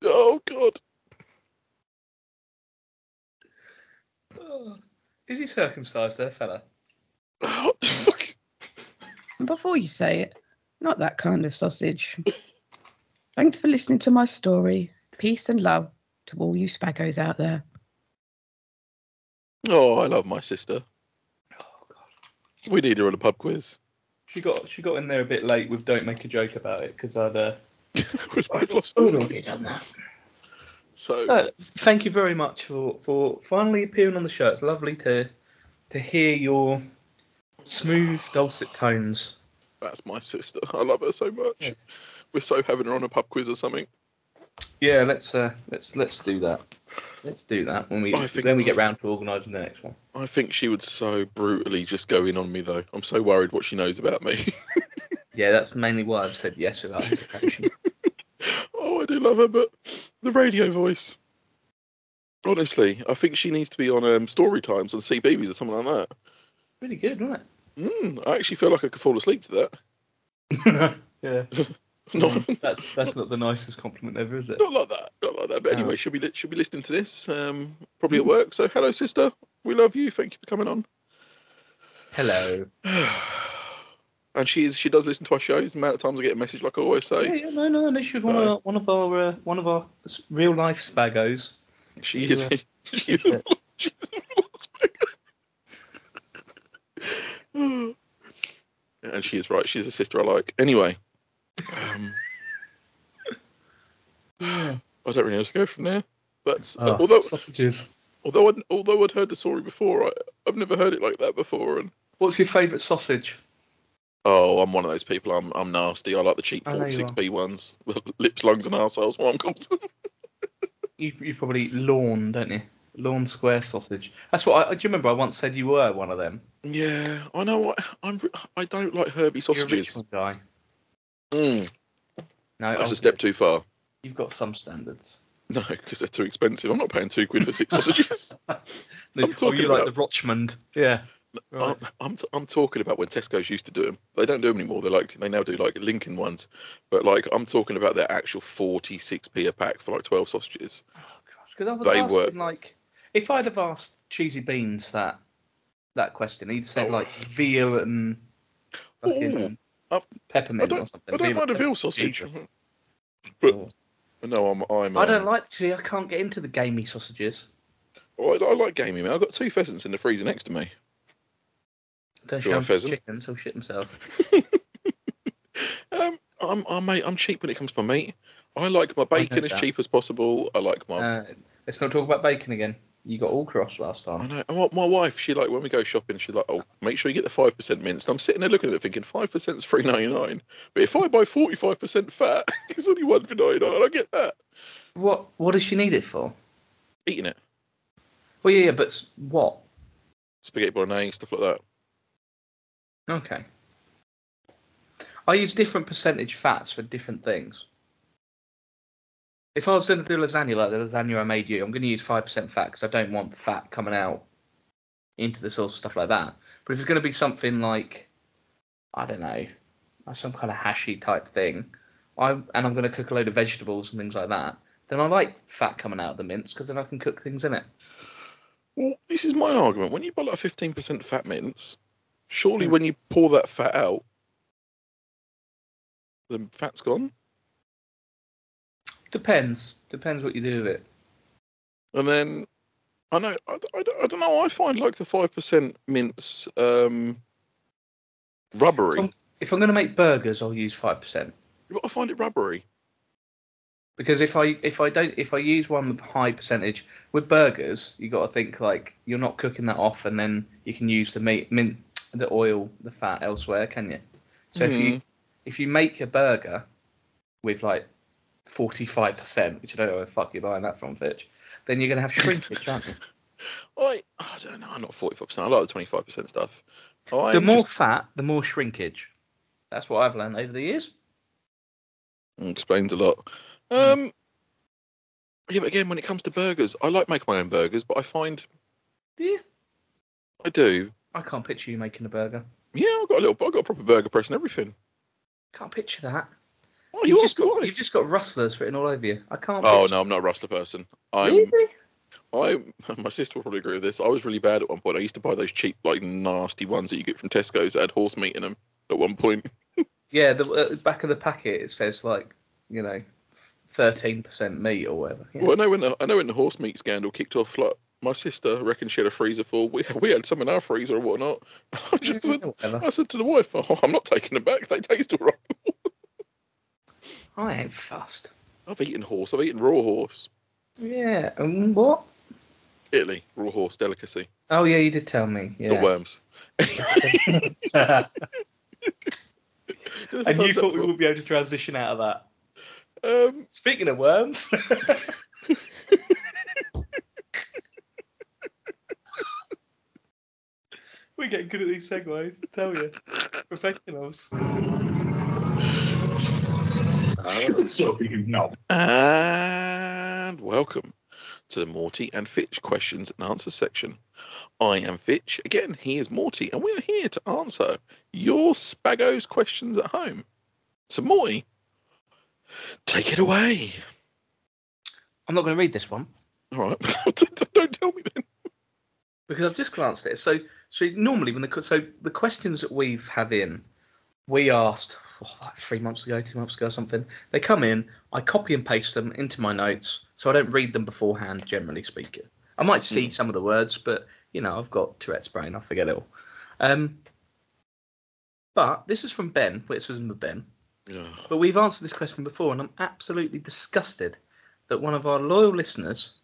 [SPEAKER 2] Oh God.
[SPEAKER 1] Oh. Is he circumcised there, fella?
[SPEAKER 2] Oh, fuck.
[SPEAKER 4] And before you say it, not that kind of sausage. Thanks for listening to my story. Peace and love to all you spaggos out there.
[SPEAKER 2] Oh, I love my sister.
[SPEAKER 1] Oh god.
[SPEAKER 2] We need her on a pub quiz.
[SPEAKER 1] She got she got in there a bit late with don't make a joke about it because I'd uh
[SPEAKER 2] We've lost
[SPEAKER 1] I'd
[SPEAKER 2] her.
[SPEAKER 1] already done that.
[SPEAKER 2] So
[SPEAKER 1] Uh, thank you very much for, for finally appearing on the show. It's lovely to to hear your smooth, dulcet tones.
[SPEAKER 2] That's my sister. I love her so much.
[SPEAKER 1] Yeah.
[SPEAKER 2] We're so having her on a pub quiz or something.
[SPEAKER 1] Yeah, let's uh, let's let's do that. Let's do that when we
[SPEAKER 2] I think-
[SPEAKER 1] when we get round to organising the next one.
[SPEAKER 2] I think she would so brutally just go in on me though. I'm so worried what she knows about me.
[SPEAKER 1] Yeah, that's mainly why I've said yes without hesitation.
[SPEAKER 2] oh, I do love her, but the radio voice. Honestly, I think she needs to be on um, story times on CBeebies or something like that.
[SPEAKER 1] really good, wasn't
[SPEAKER 2] Mm, I actually feel like I could fall asleep to that.
[SPEAKER 1] it? yeah.
[SPEAKER 2] Not,
[SPEAKER 1] that's that's not the nicest compliment ever, is it?
[SPEAKER 2] not like that. Not like that. But
[SPEAKER 1] No.
[SPEAKER 2] anyway, she'll be li- she'll be listening to this um, probably at work. So hello, sister. We love you. Thank you for coming on.
[SPEAKER 1] Hello.
[SPEAKER 2] and she is, she does listen to our shows. The amount of times I get a message, like I always
[SPEAKER 1] Yeah,
[SPEAKER 2] say,
[SPEAKER 1] yeah, no, no, no. Should one of our, one of our uh, one of our real life spagos.
[SPEAKER 2] she
[SPEAKER 1] You,
[SPEAKER 2] is.
[SPEAKER 1] uh,
[SPEAKER 2] she is a, she's a philosopher. and she is right. She's a sister I like. Anyway, um,
[SPEAKER 1] Yeah.
[SPEAKER 2] I don't really know where to go from there. That's
[SPEAKER 1] Oh,
[SPEAKER 2] although
[SPEAKER 1] sausages.
[SPEAKER 2] although I'd, although I'd heard the story before, I, I've never heard it like that before. And
[SPEAKER 1] What's your favourite sausage?
[SPEAKER 2] Oh, I'm one of those people. I'm I'm nasty. I like the cheap
[SPEAKER 1] I know you
[SPEAKER 2] 46p ones. Lips, lungs, and arseholes, what I'm called.
[SPEAKER 1] You, you probably lawn, don't you? Lawn square sausage. That's what I. Do you remember I once said you were one of them?
[SPEAKER 2] yeah, I know. What, I'm. I don't like herby
[SPEAKER 1] You're a
[SPEAKER 2] sausages.
[SPEAKER 1] Richmond guy.
[SPEAKER 2] Mm,
[SPEAKER 1] No,
[SPEAKER 2] that's
[SPEAKER 1] I'll-
[SPEAKER 2] a step too far.
[SPEAKER 1] You've got some standards.
[SPEAKER 2] No, because they're too expensive. I'm not paying two quid for six sausages.
[SPEAKER 1] The- or
[SPEAKER 2] talking
[SPEAKER 1] you like
[SPEAKER 2] about-
[SPEAKER 1] the Rochmond? Yeah. Right.
[SPEAKER 2] I'm, I'm, t- I'm talking about when Tesco's used to do them. They don't do them anymore. They're like they now do like Lincoln ones, but like I'm talking about their actual 46p a pack for like 12 sausages.
[SPEAKER 1] Because I was
[SPEAKER 2] They
[SPEAKER 1] asking
[SPEAKER 2] were-
[SPEAKER 1] like, if I'd have asked Cheesy Beans that that question, he'd said
[SPEAKER 2] Oh.
[SPEAKER 1] like veal and fucking
[SPEAKER 2] Oh. I-
[SPEAKER 1] peppermint
[SPEAKER 2] I don't-
[SPEAKER 1] or something.
[SPEAKER 2] I don't mind a
[SPEAKER 1] and
[SPEAKER 2] veal sausage, Mm-hmm.
[SPEAKER 1] Jesus.
[SPEAKER 2] but
[SPEAKER 1] Oh.
[SPEAKER 2] no, I'm I'm.
[SPEAKER 1] I don't
[SPEAKER 2] um,
[SPEAKER 1] like. See, I can't get into the gamey sausages.
[SPEAKER 2] Oh, I, I like gamey, man. I've got two pheasants in the freezer next to me.
[SPEAKER 1] Don't
[SPEAKER 2] Do you
[SPEAKER 1] show
[SPEAKER 2] like
[SPEAKER 1] them
[SPEAKER 2] pheasant?
[SPEAKER 1] chicken, so shit himself.
[SPEAKER 2] Um, I'm, I'm, mate, I'm cheap when it comes to my meat. I like my bacon as
[SPEAKER 1] that.
[SPEAKER 2] cheap as possible. I like my.
[SPEAKER 1] Uh, let's not talk about bacon again. You got all cross last
[SPEAKER 2] I
[SPEAKER 1] time.
[SPEAKER 2] know. and what- My wife, she like when we go shopping, she's like, "Oh, make sure you get the five percent mince." And I'm sitting there looking at it, thinking five percent's three ninety nine. But if I buy forty five percent fat, it's only one for ninety nine. I get that.
[SPEAKER 1] What What does she need it for?
[SPEAKER 2] Eating it,
[SPEAKER 1] Well, yeah, yeah, but s- what?
[SPEAKER 2] spaghetti bolognese, stuff like that.
[SPEAKER 1] Okay. I use different percentage fats for different things. If I was going to do lasagna like the lasagna I made you, I'm going to use 5% fat because I don't want fat coming out into the sauce and stuff like that. But if it's going to be something like, I don't know, like some kind of hashy type thing, I and I'm going to cook a load of vegetables and things like that, then I like fat coming out of the mince because then I can cook things in it.
[SPEAKER 2] Well, this is my argument. When you buy like a fifteen percent fat mince, surely when you pour that fat out, the fat's gone.
[SPEAKER 1] Depends. Depends what you do with it.
[SPEAKER 2] And then I know I, I, I don't know. I find like the five percent mince um, rubbery.
[SPEAKER 1] Some- If I'm going to make burgers, I'll use 5%.
[SPEAKER 2] I find it rubbery.
[SPEAKER 1] because if I if I don't if I use one with high percentage with burgers, you got to think like you're not cooking that off, and then you can use the meat, min, the oil, the fat elsewhere, can you? So if
[SPEAKER 2] Mm-hmm.
[SPEAKER 1] you if you make a burger with like forty five percent, which I don't know where the fuck you're buying that from, Fitch, then you're gonna have shrinkage, aren't you?
[SPEAKER 2] I I don't know. I'm not forty five percent. I like the twenty five percent stuff. I
[SPEAKER 1] The more fat, the more shrinkage. That's what I've learned over the years.
[SPEAKER 2] mm, explains a lot.
[SPEAKER 1] Hmm.
[SPEAKER 2] Um, yeah, but again, when it comes to burgers, I like making my own burgers, but I find
[SPEAKER 1] Do you?
[SPEAKER 2] I do.
[SPEAKER 1] I can't picture you making a burger.
[SPEAKER 2] Yeah, I've got a little. I've got a proper burger press and everything.
[SPEAKER 1] Can't picture that.
[SPEAKER 2] Oh,
[SPEAKER 1] You've
[SPEAKER 2] you
[SPEAKER 1] just
[SPEAKER 2] asked
[SPEAKER 1] got
[SPEAKER 2] why.
[SPEAKER 1] you've just got rustlers written all over you. I can't.
[SPEAKER 2] Oh
[SPEAKER 1] picture-
[SPEAKER 2] no, I'm not a rustler person. I'm
[SPEAKER 1] Really?
[SPEAKER 2] I my sister will probably agree with this. I was really bad at one point. I used to buy those cheap, like nasty ones that you get from Tesco's that had horse meat in them. At one point,
[SPEAKER 1] Yeah, the uh, back of the packet it says like you know, thirteen percent meat or whatever. Yeah.
[SPEAKER 2] well, I know when the I know when the horse meat scandal kicked off. Like my sister reckoned she had a freezer full. We we had some in our freezer or whatnot. I
[SPEAKER 1] Yeah,
[SPEAKER 2] just said,
[SPEAKER 1] whatever.
[SPEAKER 2] I said to the wife, oh, "I'm not taking them back. They taste all right."
[SPEAKER 1] I ain't fussed.
[SPEAKER 2] I've eaten horse. I've eaten raw horse.
[SPEAKER 1] Yeah. Um, what?
[SPEAKER 2] Italy, raw horse delicacy.
[SPEAKER 1] Oh yeah, you did tell me. Yeah.
[SPEAKER 2] The worms.
[SPEAKER 1] and you thought we would be able to transition out of that.
[SPEAKER 2] Um,
[SPEAKER 1] Speaking of worms, we're getting good at these segues. I Tell you, professionals.
[SPEAKER 3] So you know.
[SPEAKER 2] And welcome to the Morty and Fitch questions and answers section. I am Fitch. Again, he is Morty, and we are here to answer your Spago's questions at home. So, Morty, take it away.
[SPEAKER 1] I'm not going to read this one.
[SPEAKER 2] All right. Don't- Don't tell me then.
[SPEAKER 1] because I've just glanced at it. So, so normally when the que- so the questions that we've had in, we asked oh, like three months ago, two months ago, or something. They come in, I copy and paste them into my notes, so I don't read them beforehand. Generally speaking, I might see some of the words, but you know, I've got Tourette's brain; I forget it all. Um, but this is from Ben. Which was from the Ben.
[SPEAKER 2] Yeah.
[SPEAKER 1] But we've answered this question before, and I'm absolutely disgusted that one of our loyal listeners,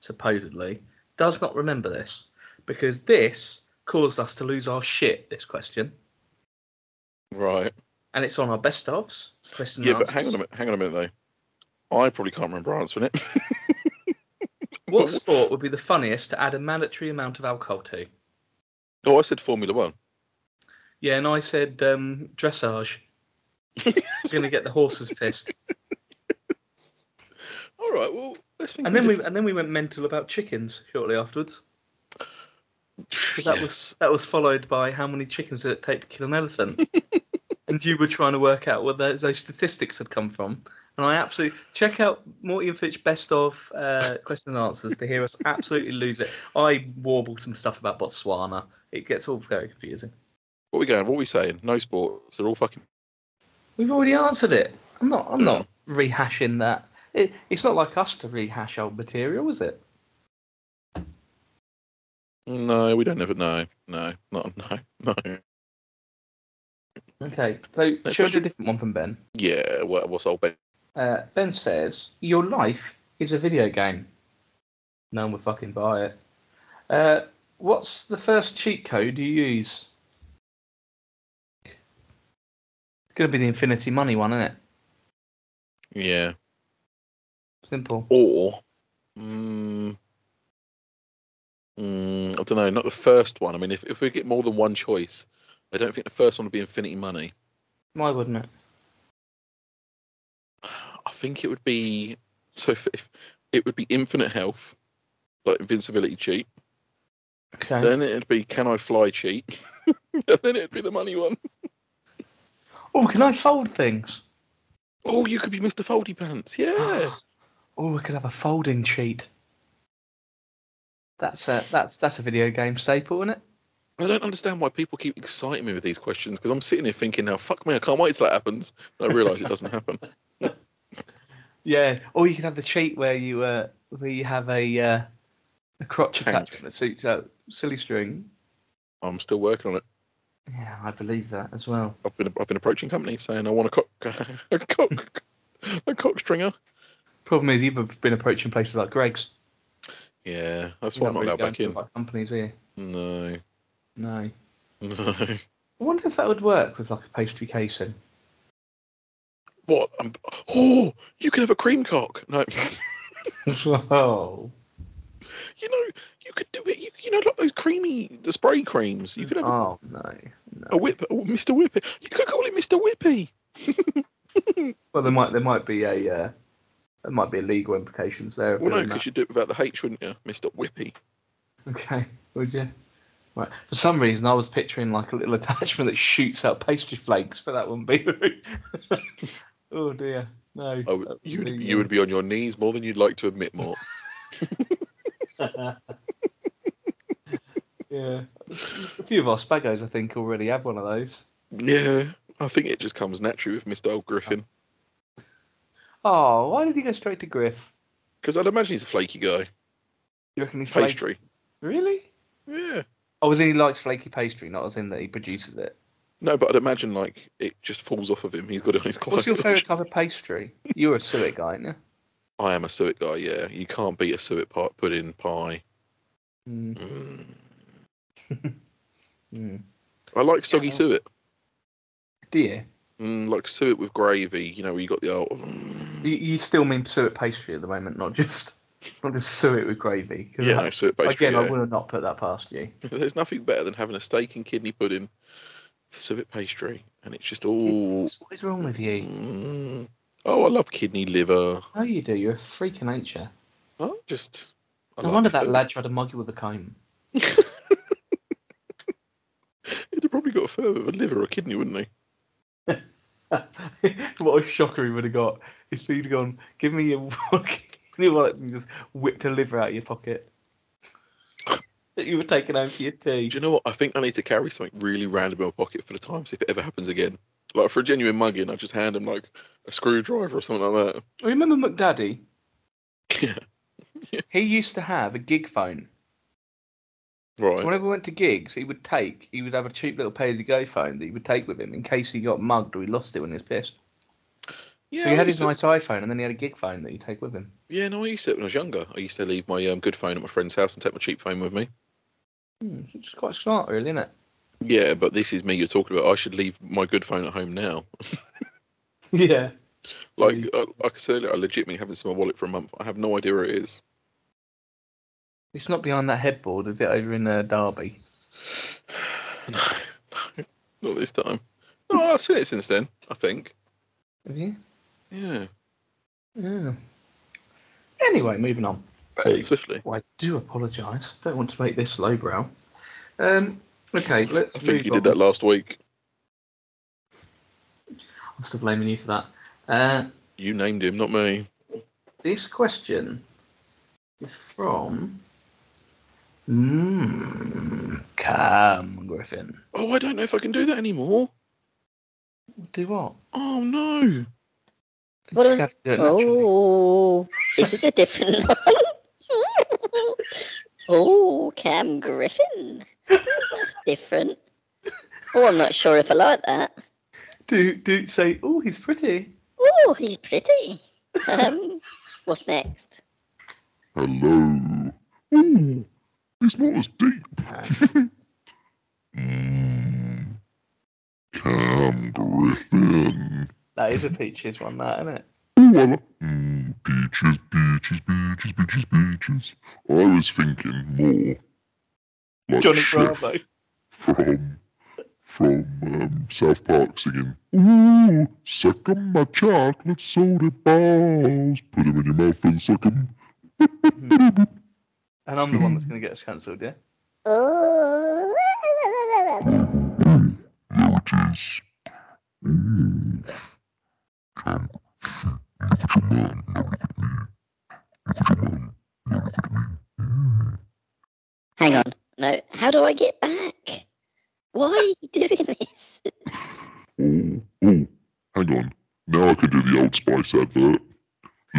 [SPEAKER 1] supposedly, does not remember this because this caused us to lose our shit. This question.
[SPEAKER 2] Right.
[SPEAKER 1] and it's on our best ofs. Question
[SPEAKER 2] yeah,
[SPEAKER 1] and
[SPEAKER 2] but hang on
[SPEAKER 1] answers.
[SPEAKER 2] a minute. Hang on a minute though. I probably can't remember answering it.
[SPEAKER 1] What sport would be the funniest to add a mandatory amount of alcohol to?
[SPEAKER 2] oh, I said Formula One.
[SPEAKER 1] Yeah, and I said um, dressage. It's going to get the horses pissed,
[SPEAKER 2] All right. Well, let's think.
[SPEAKER 1] and
[SPEAKER 2] of
[SPEAKER 1] then
[SPEAKER 2] a
[SPEAKER 1] we and then we went mental about chickens shortly afterwards.
[SPEAKER 2] different-
[SPEAKER 1] Because that was that was followed by how many chickens did it take to kill an elephant? and you were trying to work out where those, those statistics had come from. And I absolutely check out Morty and Fitch best of uh, question and answers to hear us absolutely lose it. I warble some stuff about Botswana. It gets all very confusing.
[SPEAKER 2] What are we going? What are we saying? No sports. They're all fucking.
[SPEAKER 1] We've already answered it. I'm not. I'm not rehashing that. It, it's not like us to rehash old material, is it?
[SPEAKER 2] No, we don't ever. No, no, not no, no.
[SPEAKER 1] Okay. So,
[SPEAKER 2] Next
[SPEAKER 1] choose a
[SPEAKER 2] question.
[SPEAKER 1] different one from Ben.
[SPEAKER 2] Yeah. What, what's old Ben?
[SPEAKER 1] Uh, ben says, Your life is a video game. No one would fucking buy it. Uh, what's the first cheat code you use? Gonna be the Infinity Money one, isn't it?
[SPEAKER 2] Yeah.
[SPEAKER 1] Simple.
[SPEAKER 2] Or. Mm, mm, I don't know. Not the first one. I mean, if if we get more than one choice, I don't think the first one would be Infinity Money.
[SPEAKER 1] Why wouldn't it?
[SPEAKER 2] I think it would be so. If, if it would be infinite health, like invincibility cheat.
[SPEAKER 1] Okay.
[SPEAKER 2] Then it'd be can I fly cheat. and then it'd be the money one.
[SPEAKER 1] oh, can I fold things?
[SPEAKER 2] Oh, you could be Mr. Foldy Pants. Yeah.
[SPEAKER 1] Oh, I could have a folding cheat. That's a that's that's a video game staple, isn't it?
[SPEAKER 2] I don't understand why people keep exciting me with these questions because I'm sitting here thinking, now, fuck me, I can't wait till that happens. And I realise it doesn't happen.
[SPEAKER 1] Yeah. Or you can have the cheat where you uh where you have a uh, a crotch
[SPEAKER 2] Tank.
[SPEAKER 1] attachment that suits out silly string.
[SPEAKER 2] I'm still working on it.
[SPEAKER 1] Yeah, I believe that as well.
[SPEAKER 2] I've been I've been approaching companies saying I want a cock a cock a cock stringer.
[SPEAKER 1] Problem is, you've been approaching places like Greg's.
[SPEAKER 2] Yeah, that's
[SPEAKER 1] You're
[SPEAKER 2] why I'm not
[SPEAKER 1] really
[SPEAKER 2] allowed
[SPEAKER 1] going
[SPEAKER 2] back
[SPEAKER 1] to
[SPEAKER 2] in.
[SPEAKER 1] the right companies here.
[SPEAKER 2] No,
[SPEAKER 1] No.
[SPEAKER 2] no.
[SPEAKER 1] I wonder if that would work with like a pastry casing.
[SPEAKER 2] What? I'm, oh, you can have a cream cock. No,
[SPEAKER 1] oh.
[SPEAKER 2] you know you could do it. You, you know like those creamy the spray creams. You could have
[SPEAKER 1] Oh no.
[SPEAKER 2] a, a whip, oh, Mr. Whippy. You could call it Mr. Whippy.
[SPEAKER 1] Well, there might there might be a uh, there might be legal implications there. of
[SPEAKER 2] Well, no,
[SPEAKER 1] doing
[SPEAKER 2] because
[SPEAKER 1] that.
[SPEAKER 2] you'd do it without the H, wouldn't you, Mister Whippy?
[SPEAKER 1] Okay. Would you? Right. For some reason, I was picturing like a little attachment that shoots out pastry flakes, but that wouldn't be. right. oh dear. No.
[SPEAKER 2] I would,
[SPEAKER 1] that
[SPEAKER 2] you would,
[SPEAKER 1] legal.
[SPEAKER 2] you would be on your knees more than you'd like to admit, more.
[SPEAKER 1] yeah. A few of our spaggos, I think, already have one of those.
[SPEAKER 2] yeah, I think it just comes naturally with Mister Old Griffin,
[SPEAKER 1] Oh, why did he go straight to Griff?
[SPEAKER 2] because I'd imagine he's a flaky guy.
[SPEAKER 1] You reckon he's flaky?
[SPEAKER 2] Pastry,
[SPEAKER 1] Really?
[SPEAKER 2] yeah.
[SPEAKER 1] Oh, as in he likes flaky pastry, not as in that he produces it.
[SPEAKER 2] No, but I'd imagine like it just falls off of him. He's got it on his clothes.
[SPEAKER 1] What's your favourite type of pastry? You're a suet guy, aren't you?
[SPEAKER 2] I am a suet guy. Yeah, you can't beat a suet pie, pudding pie.
[SPEAKER 1] Mm,
[SPEAKER 2] Mm.
[SPEAKER 1] mm.
[SPEAKER 2] I like soggy
[SPEAKER 1] Yeah.
[SPEAKER 2] suet,
[SPEAKER 1] Dear,
[SPEAKER 2] mm, like suet with gravy. You know, where you got the old. Mm.
[SPEAKER 1] you, you still mean suet pastry at the moment, not just not just suet with gravy. 'cause
[SPEAKER 2] Yeah,
[SPEAKER 1] that-
[SPEAKER 2] no, suet pastry.
[SPEAKER 1] again,
[SPEAKER 2] yeah.
[SPEAKER 1] I would have not put that past you.
[SPEAKER 2] There's nothing better than having a steak and kidney pudding for civet pastry, and it's just all.
[SPEAKER 1] Jesus, What is wrong with you?
[SPEAKER 2] Mm. oh, I love kidney liver.
[SPEAKER 1] Oh, you do. You're a freaking ain't you?
[SPEAKER 2] Oh, just.
[SPEAKER 1] I
[SPEAKER 2] like
[SPEAKER 1] wonder
[SPEAKER 2] my
[SPEAKER 1] that
[SPEAKER 2] food.
[SPEAKER 1] lad tried to mug you with a comb.
[SPEAKER 2] He'd have probably got a further with a liver or kidney, wouldn't he?
[SPEAKER 1] what a shocker he would have got if he'd gone, give me your wallet your wallet," and just whipped a liver out of your pocket that you were taking home for your tea.
[SPEAKER 2] Do you know what? I think I need to carry something really random in my pocket for the times if it ever happens again. Like for a genuine mugging, I just hand him like a screwdriver or something like that.
[SPEAKER 1] Remember McDaddy?
[SPEAKER 2] Yeah.
[SPEAKER 1] He used to have a gig phone.
[SPEAKER 2] Right.
[SPEAKER 1] Whenever we went to gigs, he would take, he would have a cheap little pay as you go phone that he would take with him in case he got mugged or he lost it when he was pissed.
[SPEAKER 2] yeah,
[SPEAKER 1] so he
[SPEAKER 2] I
[SPEAKER 1] had his
[SPEAKER 2] used to-
[SPEAKER 1] nice iPhone and then he had a gig phone that he'd take with him.
[SPEAKER 2] Yeah, no, I used to when I was younger. I used to leave my um, good phone at my friend's house and take my cheap phone with me.
[SPEAKER 1] Hmm, it's quite smart, really, isn't it?
[SPEAKER 2] Yeah, but this is me you're talking about. I should leave my good phone at home now.
[SPEAKER 1] Yeah.
[SPEAKER 2] Like,
[SPEAKER 1] Really?
[SPEAKER 2] uh, like I said earlier, I legitimately haven't seen my wallet for a month. I have no idea where it is.
[SPEAKER 1] It's not behind that headboard, is it? Over in uh, Derby.
[SPEAKER 2] No, no, not this time. No, I've seen it since then. I think.
[SPEAKER 1] Have you?
[SPEAKER 2] Yeah,
[SPEAKER 1] Yeah. Anyway, moving on.
[SPEAKER 2] swiftly.
[SPEAKER 1] Well, I do apologise. Don't want to make this lowbrow. Um, okay, let's.
[SPEAKER 2] I think
[SPEAKER 1] move
[SPEAKER 2] you did
[SPEAKER 1] on.
[SPEAKER 2] that last week.
[SPEAKER 1] I'm still blaming you for that. Uh,
[SPEAKER 2] You named him, not me.
[SPEAKER 1] this question is from. Mm, Cam Griffin.
[SPEAKER 2] Oh, I don't know if I can do that anymore.
[SPEAKER 1] Do what?
[SPEAKER 2] Oh no.
[SPEAKER 1] You
[SPEAKER 5] Well,
[SPEAKER 1] just have to do it naturally.
[SPEAKER 5] Oh, this is a different one. oh, Cam Griffin. That's different. Oh, I'm not sure if I like that.
[SPEAKER 1] Do do say, oh, he's pretty.
[SPEAKER 5] Oh, he's pretty. Um, what's next?
[SPEAKER 3] Hello. Ooh, it's not as deep. Mm. Cam Griffin.
[SPEAKER 1] That is a peaches one, that isn't it?
[SPEAKER 3] Ooh, I like mm, peaches, peaches, peaches, peaches, peaches. I was thinking more like
[SPEAKER 1] Johnny
[SPEAKER 3] Chef
[SPEAKER 1] Bravo.
[SPEAKER 3] from from um, South Park singing. Ooh, suck 'em my chocolate soda balls. Put 'em in your mouth and suck 'em.
[SPEAKER 1] Hmm. And I'm the one that's going to get us cancelled, yeah?
[SPEAKER 5] Oh,
[SPEAKER 3] Mm, there it is. Ooh, Cam, look at your man. Now look at me. Look at your man. Now look at me. Mm.
[SPEAKER 5] hang on. No, how do I get back? Why are you doing this?
[SPEAKER 3] Oh, oh, hang on. Now I can do the Old Spice advert.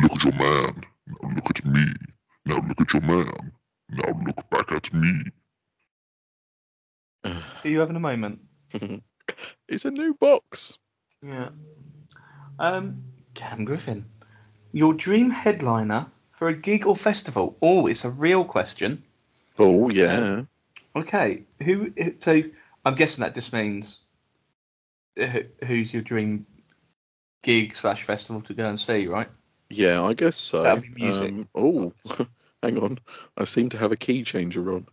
[SPEAKER 3] Look at your man. Now look at me. Now look at your man. Now look back at me.
[SPEAKER 1] Are you having a moment?
[SPEAKER 2] it's a new box.
[SPEAKER 1] Yeah. Um, Cam Griffin, your dream headliner for a gig or festival? Oh, it's a real question.
[SPEAKER 2] Oh yeah.
[SPEAKER 1] Okay, who? who- So I'm guessing that just means uh, who- who's your dream gig slash festival to go and see, right?
[SPEAKER 2] Yeah, I guess so.
[SPEAKER 1] That'd be music.
[SPEAKER 2] Um, oh, hang on. I seem to have a key changer on.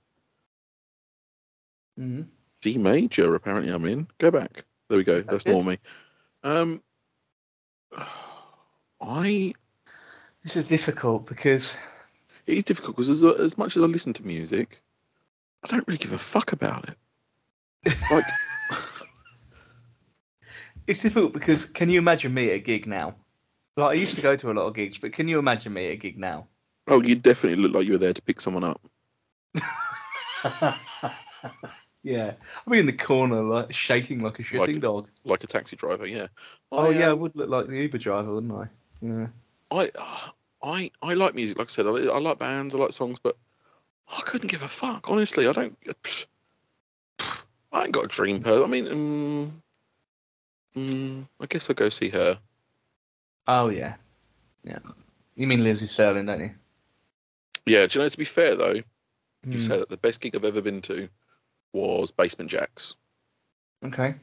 [SPEAKER 1] Mm-hmm.
[SPEAKER 2] D major, apparently I'm in. Go back. There we go. That's
[SPEAKER 1] good?
[SPEAKER 2] more me. Um, I.
[SPEAKER 1] This is difficult because
[SPEAKER 2] It is difficult because as, as much as I listen to music, I don't really give a fuck about it. Like,
[SPEAKER 1] it's difficult because can you imagine me at a gig now? Like I used to go to a lot of gigs, but can you imagine me at a gig now?
[SPEAKER 2] oh, you definitely look like you were there to pick someone up.
[SPEAKER 1] yeah, I'll be in the corner like shaking like a shitting
[SPEAKER 2] Like-
[SPEAKER 1] dog.
[SPEAKER 2] like a taxi driver. Yeah.
[SPEAKER 1] Oh
[SPEAKER 2] I,
[SPEAKER 1] yeah, I
[SPEAKER 2] um,
[SPEAKER 1] would look like the Uber driver, wouldn't I? Yeah.
[SPEAKER 2] I uh, I I like music. Like I said, I, li- I like bands. I like songs, but I couldn't give a fuck. Honestly, I don't. uh, pff, pff, I ain't got a dream person. I mean, mm, mm, I guess I'll go see her.
[SPEAKER 1] Oh yeah. Yeah. You mean Lindsay Sterling, don't you?
[SPEAKER 2] Yeah. Do you know? To be fair though, you
[SPEAKER 1] Hmm,
[SPEAKER 2] say that the best gig I've ever been to was Basement Jacks.
[SPEAKER 1] Okay.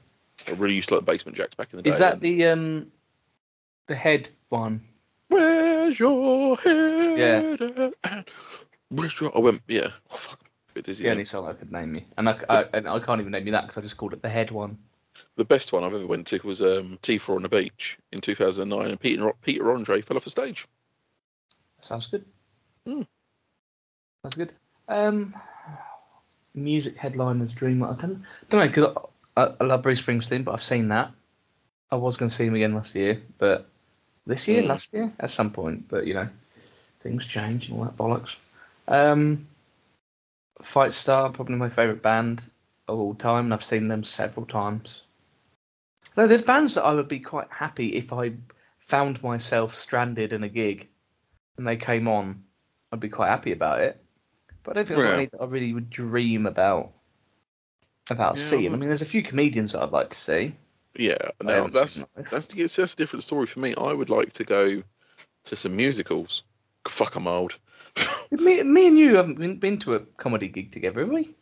[SPEAKER 2] I really used to like Basement Jacks back in the day.
[SPEAKER 1] Is that
[SPEAKER 2] and-
[SPEAKER 1] the um the head one?
[SPEAKER 2] Where's your head? at? Where's your? I went. Yeah. Oh, fuck. Bit dizzy.
[SPEAKER 1] The
[SPEAKER 2] now.
[SPEAKER 1] only song I could name you, and I, I and I can't even name you that because I just called it the head one.
[SPEAKER 2] the best one I've ever went to was um, T4 on the beach in 2009, and Peter Peter Andre fell off a stage.
[SPEAKER 1] Sounds good.
[SPEAKER 2] Hmm.
[SPEAKER 1] Sounds good. Um, music headliners dream. I don't, don't know because I, I, I love Bruce Springsteen, but I've seen that. I was going to see him again last year, but this year,
[SPEAKER 2] Hmm.
[SPEAKER 1] last year, at some point. But you know, things change and all that bollocks. Um, Fight Star, probably my favourite band of all time, and I've seen them several times. No, there's bands that I would be quite happy if I found myself stranded in a gig and they came on, I'd be quite happy about it. But I don't think I've got
[SPEAKER 2] Yeah.
[SPEAKER 1] any that I really would dream about about
[SPEAKER 2] Yeah,
[SPEAKER 1] seeing. I
[SPEAKER 2] I'm-
[SPEAKER 1] mean, there's a few comedians that I'd like to see.
[SPEAKER 2] Yeah,
[SPEAKER 1] I
[SPEAKER 2] now
[SPEAKER 1] haven't
[SPEAKER 2] that's
[SPEAKER 1] seen live.
[SPEAKER 2] that's, the, it's- that's a different story for me. I would like to go to some musicals. Fuck, I'm old.
[SPEAKER 1] me, me and you haven't been, been to a comedy gig together, have we?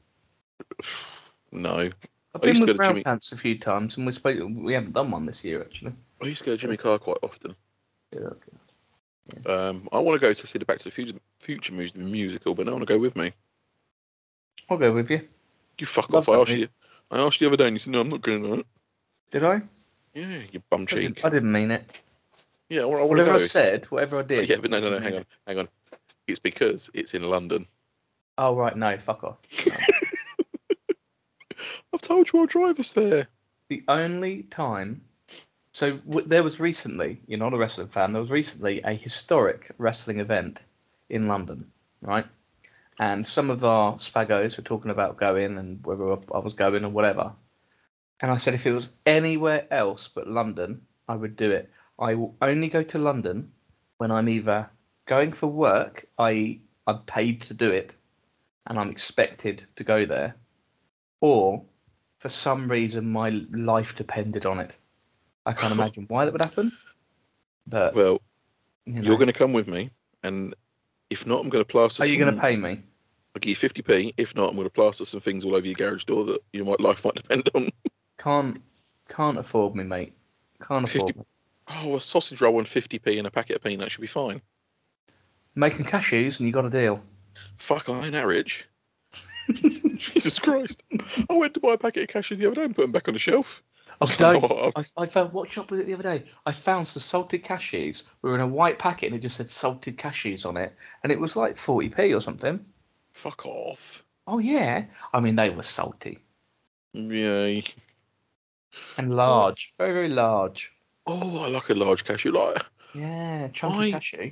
[SPEAKER 2] No,
[SPEAKER 1] I've
[SPEAKER 2] I
[SPEAKER 1] been
[SPEAKER 2] used to go
[SPEAKER 1] with
[SPEAKER 2] to
[SPEAKER 1] Brown
[SPEAKER 2] Jimmy-
[SPEAKER 1] Pants a few times, and we're supposed we haven't done one this year actually.
[SPEAKER 2] I used to go to Jimmy Carr quite often.
[SPEAKER 1] Yeah, okay.
[SPEAKER 2] Um, I want to go to see the Back to the Future, Future mus- musical, but no one will go with me.
[SPEAKER 1] I'll go with you.
[SPEAKER 2] You fuck
[SPEAKER 1] Love
[SPEAKER 2] off! I
[SPEAKER 1] that
[SPEAKER 2] asked you. I asked you the other day, and you said no, I'm not going to.
[SPEAKER 1] Did I?
[SPEAKER 2] Yeah, you bum
[SPEAKER 1] I
[SPEAKER 2] cheek.
[SPEAKER 1] didn't, I didn't mean it.
[SPEAKER 2] Yeah, I want to
[SPEAKER 1] Whatever
[SPEAKER 2] go.
[SPEAKER 1] I said, whatever I did.
[SPEAKER 2] Oh, Yeah, but no, no, no. Hang on, hang on. It's because it's in London.
[SPEAKER 1] Oh right, no, fuck off.
[SPEAKER 2] I've told you I'll drive us there.
[SPEAKER 1] The only time. So w- there was recently, you're not a wrestling fan. There was recently a historic wrestling event in London, right? And some of our spagos were talking about going and whether I was going or whatever. And I said if it was anywhere else but London, I would do it. I will only go to London when I'm either going for work, i.e., I'm paid to do it, and I'm expected to go there, or for some reason my life depended on it. I can't imagine why that would happen, but
[SPEAKER 2] Well,
[SPEAKER 1] you know.
[SPEAKER 2] you're going to come with me, and if not, I'm going to plaster.
[SPEAKER 1] are you going
[SPEAKER 2] some-
[SPEAKER 1] to pay me?
[SPEAKER 2] I'll give you 50p. If not, I'm going to plaster some things all over your garage door that your might, life might depend on.
[SPEAKER 1] Can't can't afford me, mate. Can't afford me.
[SPEAKER 2] Oh, a sausage roll and 50p and a packet of peanuts should be fine.
[SPEAKER 1] Making cashews and you got a deal.
[SPEAKER 2] Fuck, I ain't that rich. Jesus Christ. I went to buy a packet of cashews the other day and put them back on the shelf.
[SPEAKER 1] Oh, don't.
[SPEAKER 2] Oh,
[SPEAKER 1] I, I found what shop was it the other day? I found some salted cashews. We were in a white packet and it just said salted cashews on it, and it was like forty p or something.
[SPEAKER 2] fuck off.
[SPEAKER 1] Oh yeah, I mean they were salty
[SPEAKER 2] Yay.
[SPEAKER 1] and large, very very large.
[SPEAKER 2] Oh, I like a large cashew. Like,
[SPEAKER 1] Yeah, chunky
[SPEAKER 2] I-
[SPEAKER 1] cashew.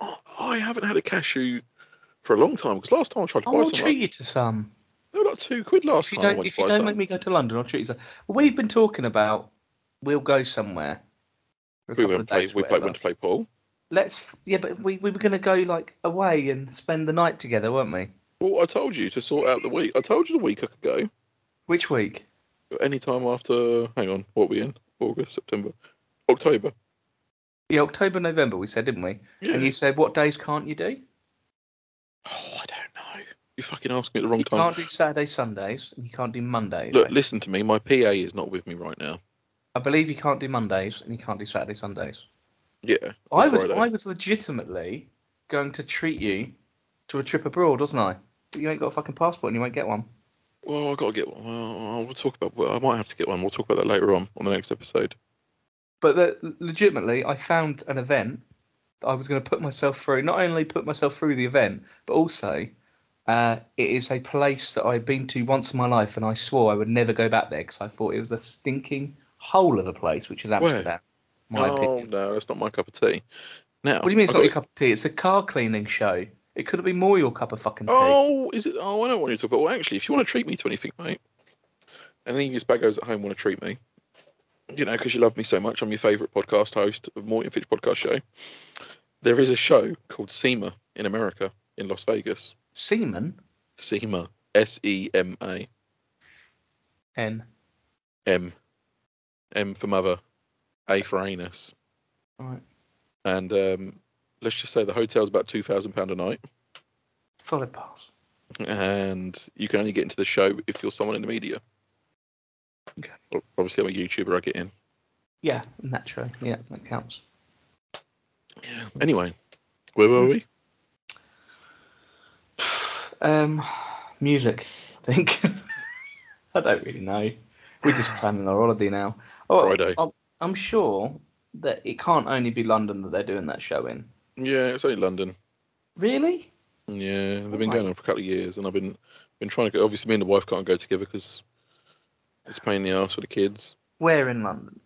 [SPEAKER 2] I- I haven't had a cashew for a long time because last time I tried to
[SPEAKER 1] I
[SPEAKER 2] buy
[SPEAKER 1] will
[SPEAKER 2] some,
[SPEAKER 1] treat you to some.
[SPEAKER 2] they were like two quid last
[SPEAKER 1] If you
[SPEAKER 2] time. I
[SPEAKER 1] don't,
[SPEAKER 2] went
[SPEAKER 1] if
[SPEAKER 2] to
[SPEAKER 1] you
[SPEAKER 2] buy
[SPEAKER 1] don't
[SPEAKER 2] some.
[SPEAKER 1] make me go to London, I'll treat you to some. We've been talking about we'll go somewhere. for a
[SPEAKER 2] we
[SPEAKER 1] couple
[SPEAKER 2] went,
[SPEAKER 1] of
[SPEAKER 2] play,
[SPEAKER 1] days,
[SPEAKER 2] we played,
[SPEAKER 1] whatever.
[SPEAKER 2] went to play pool.
[SPEAKER 1] Let's f- yeah, but we, we were gonna go like away and spend the night together, weren't we?
[SPEAKER 2] Well, I told you to sort out the week. I told you the week I could go.
[SPEAKER 1] Which week?
[SPEAKER 2] any time after hang on what are we in august september october
[SPEAKER 1] Yeah, October, November. We said, didn't we?
[SPEAKER 2] yeah
[SPEAKER 1] And you said, what days can't you do?
[SPEAKER 2] oh i don't know you fucking asked me at the wrong
[SPEAKER 1] You
[SPEAKER 2] time
[SPEAKER 1] can't do Saturday, Sundays, and you can't do Mondays.
[SPEAKER 2] look listen to me my pa is not with me right now
[SPEAKER 1] I believe you can't do Mondays, and you can't do Saturday, Sundays.
[SPEAKER 2] yeah or
[SPEAKER 1] I was
[SPEAKER 2] Friday.
[SPEAKER 1] I was legitimately going to treat you to a trip abroad, wasn't I? But you ain't got a fucking passport, and you won't get one.
[SPEAKER 2] well i gotta get one well, we'll talk about well, i might have to get one we'll talk about that later on on the next episode
[SPEAKER 1] But the, legitimately, I found an event that I was going to put myself through. Not only put myself through the event, but also uh, it is a place that I've been to once in my life, and I swore I would never go back there because I thought it was a stinking hole of a place, which is Amsterdam. My
[SPEAKER 2] oh
[SPEAKER 1] opinion.
[SPEAKER 2] no that's not my cup of tea now
[SPEAKER 1] What do you mean it's
[SPEAKER 2] I
[SPEAKER 1] not your
[SPEAKER 2] got-
[SPEAKER 1] cup of tea? It's a car cleaning show. It could have been more your cup of fucking tea.
[SPEAKER 2] oh is it oh i don't want you to talk about well actually if you want to treat me to anything mate and any of you spaggos at home want to treat me you know, because you love me so much, I'm your favourite podcast host of Morton Fitch Podcast Show. There is a show called SEMA in America, in Las Vegas.
[SPEAKER 1] Seaman
[SPEAKER 2] SEMA, S E M A,
[SPEAKER 1] and
[SPEAKER 2] M, M for mother, A for anus.
[SPEAKER 1] Right.
[SPEAKER 2] And um, let's just say the hotel's about two thousand pound a night,
[SPEAKER 1] solid pass.
[SPEAKER 2] and you can only get into the show if you're someone in the media.
[SPEAKER 1] Okay.
[SPEAKER 2] Well, obviously, I'm a YouTuber. I get in.
[SPEAKER 1] Yeah, naturally. Yeah, that counts.
[SPEAKER 2] Yeah. Anyway, where were we?
[SPEAKER 1] Um, music, I think. I don't really know. We're just planning our holiday now. Oh,
[SPEAKER 2] Friday.
[SPEAKER 1] I'm, I'm sure that it can't only be London that they're doing that show in.
[SPEAKER 2] Yeah, it's only London.
[SPEAKER 1] Really?
[SPEAKER 2] Yeah, they've been
[SPEAKER 1] Alright.
[SPEAKER 2] going on for a couple of years, and I've been been trying to go. Obviously, me and the wife can't go together because it's a pain in the ass for the kids.
[SPEAKER 1] Where in London?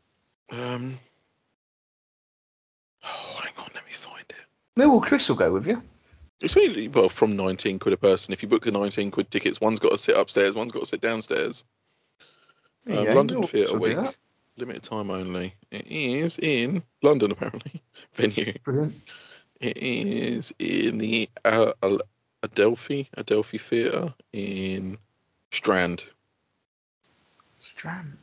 [SPEAKER 2] Um, oh, hang on, let me find it.
[SPEAKER 1] Millwall Chris will go with you.
[SPEAKER 2] It's only well from nineteen quid a person. If you book the nineteen quid tickets, one's got to sit upstairs, one's got to sit downstairs.
[SPEAKER 1] There you
[SPEAKER 2] Um,
[SPEAKER 1] go,
[SPEAKER 2] London
[SPEAKER 1] Millwall Chris
[SPEAKER 2] Theatre
[SPEAKER 1] will do
[SPEAKER 2] Week,
[SPEAKER 1] that.
[SPEAKER 2] limited time only. It is in London apparently. Venue.
[SPEAKER 1] Brilliant.
[SPEAKER 2] It is in the uh, Al- Adelphi Adelphi Theatre in Strand.
[SPEAKER 1] Strand.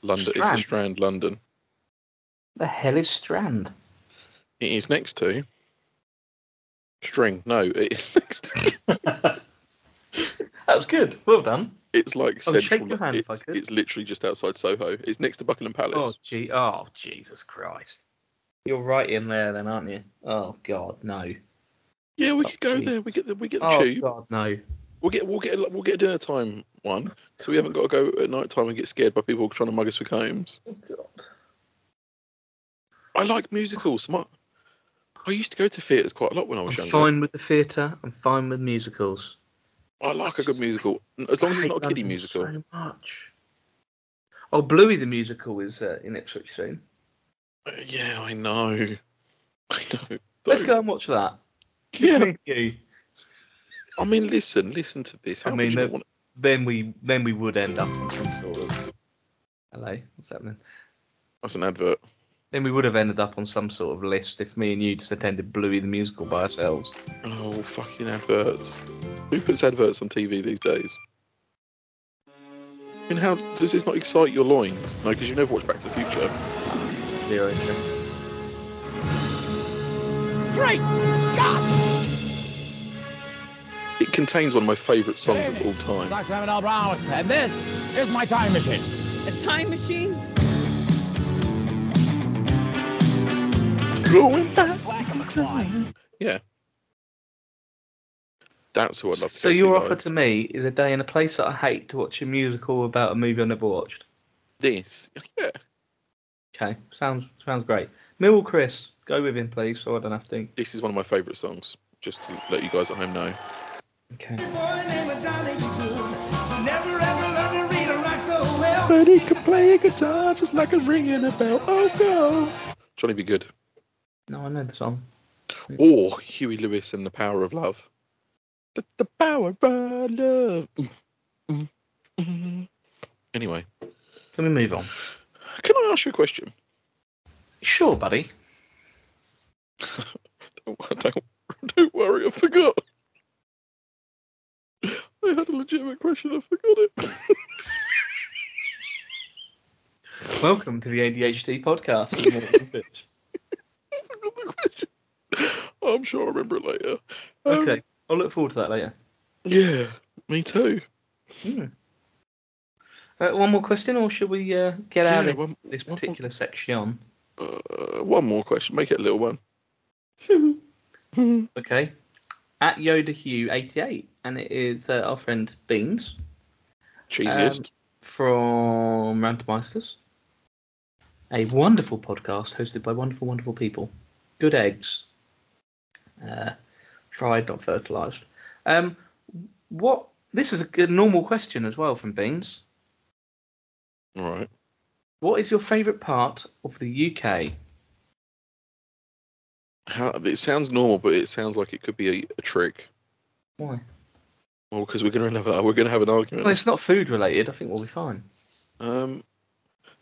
[SPEAKER 2] London. It's
[SPEAKER 1] Strand?
[SPEAKER 2] the Strand, London.
[SPEAKER 1] The hell is Strand?
[SPEAKER 2] It is next to string. No, it is next. To...
[SPEAKER 1] That was good. Well done.
[SPEAKER 2] It's like
[SPEAKER 1] I would Oh, shake
[SPEAKER 2] central.
[SPEAKER 1] your hand
[SPEAKER 2] it's,
[SPEAKER 1] if I could.
[SPEAKER 2] it's literally just outside Soho. It's next to Buckingham Palace.
[SPEAKER 1] Oh, gee. Oh, Jesus Christ. You're right in there, then, aren't you? Oh God, no.
[SPEAKER 2] yeah, we
[SPEAKER 1] oh,
[SPEAKER 2] could go
[SPEAKER 1] gee.
[SPEAKER 2] there. We get the we get the
[SPEAKER 1] Oh
[SPEAKER 2] tube.
[SPEAKER 1] God, no.
[SPEAKER 2] We'll get we'll get a- we'll get a dinner time one, so we haven't got to go at night time and get scared by people trying to mug us for combs. I like musicals. My, I used to go to theatres quite a lot when I
[SPEAKER 1] I'm
[SPEAKER 2] was younger.
[SPEAKER 1] fine with the theatre. I'm fine with musicals.
[SPEAKER 2] I like a good musical, as long as
[SPEAKER 1] I
[SPEAKER 2] it's not
[SPEAKER 1] hate
[SPEAKER 2] a kiddie
[SPEAKER 1] London
[SPEAKER 2] musical.
[SPEAKER 1] So much. Oh, Bluey the musical is uh, in Ipswich soon.
[SPEAKER 2] Uh, Yeah, I know. I know.
[SPEAKER 1] Let's
[SPEAKER 2] Don't-
[SPEAKER 1] go and watch that. Just
[SPEAKER 2] Yeah,
[SPEAKER 1] me and you.
[SPEAKER 2] I mean, listen, listen to this.
[SPEAKER 1] I
[SPEAKER 2] How
[SPEAKER 1] mean,
[SPEAKER 2] much you
[SPEAKER 1] the-
[SPEAKER 2] want?
[SPEAKER 1] Then we then we would end up on some sort of hello. What's happening?
[SPEAKER 2] That's an advert.
[SPEAKER 1] Then we would have ended up on some sort of list if me and you just attended Bluey the musical by ourselves.
[SPEAKER 2] Oh, fucking adverts. Who puts adverts on TV these days? I mean, how does this not excite your loins? No, because you've never watched Back to the Future.
[SPEAKER 1] Zero interest.
[SPEAKER 2] It contains one of my favourite songs of all time.
[SPEAKER 3] Dr. Emmett L. Brown, and this is my time machine.
[SPEAKER 6] A time machine?
[SPEAKER 2] Going back. Yeah. That's who I'd love to
[SPEAKER 1] So
[SPEAKER 2] go see
[SPEAKER 1] your
[SPEAKER 2] live.
[SPEAKER 1] offer to me is a day and a place that I hate to watch a musical about a movie I never watched.
[SPEAKER 2] this. Yeah.
[SPEAKER 1] Okay, sounds sounds great. Mill Chris, go with him, please, so I don't have to.
[SPEAKER 2] This is one of my favourite songs. Just to let you guys at home know.
[SPEAKER 1] Okay.
[SPEAKER 2] But he can play a guitar just like a ringing a bell. Oh no! Johnny Be Good.
[SPEAKER 1] No, I know the song.
[SPEAKER 2] Or Huey Lewis and the Power of Love. The, the power of love. Mm, Anyway,
[SPEAKER 1] Can we move on?
[SPEAKER 2] can I ask you a question?
[SPEAKER 1] Sure, buddy.
[SPEAKER 2] Don't, don't, don't worry, I forgot. I had a legitimate question, I forgot it.
[SPEAKER 1] Welcome to the ADHD podcast. with Morgan and Fitch.
[SPEAKER 2] forgot the question. I'm sure I'll remember it later. Um,
[SPEAKER 1] okay, I'll look forward to that later.
[SPEAKER 2] Yeah, me too.
[SPEAKER 1] Uh, one more question, or should we uh, get out
[SPEAKER 2] Yeah,
[SPEAKER 1] of
[SPEAKER 2] one,
[SPEAKER 1] this
[SPEAKER 2] one more-
[SPEAKER 1] particular section?
[SPEAKER 2] uh, one more question. Make it a little one.
[SPEAKER 1] Okay. At Yoda Hugh 88, and it is uh, our friend Beans
[SPEAKER 2] Cheesiest.
[SPEAKER 1] from Randomizers, a wonderful podcast hosted by wonderful, wonderful people. Good eggs, uh, fried, not fertilized. Um, what? This is a good, normal question as well from Beans. Um,
[SPEAKER 2] All right.
[SPEAKER 1] What is your favourite part of the UK?
[SPEAKER 2] How, it sounds normal, but it sounds like it could be a, a trick.
[SPEAKER 1] Why?
[SPEAKER 2] Well, because we're gonna have a, we're gonna have an argument.
[SPEAKER 1] Well, it's not food related. I think we'll be fine.
[SPEAKER 2] Um,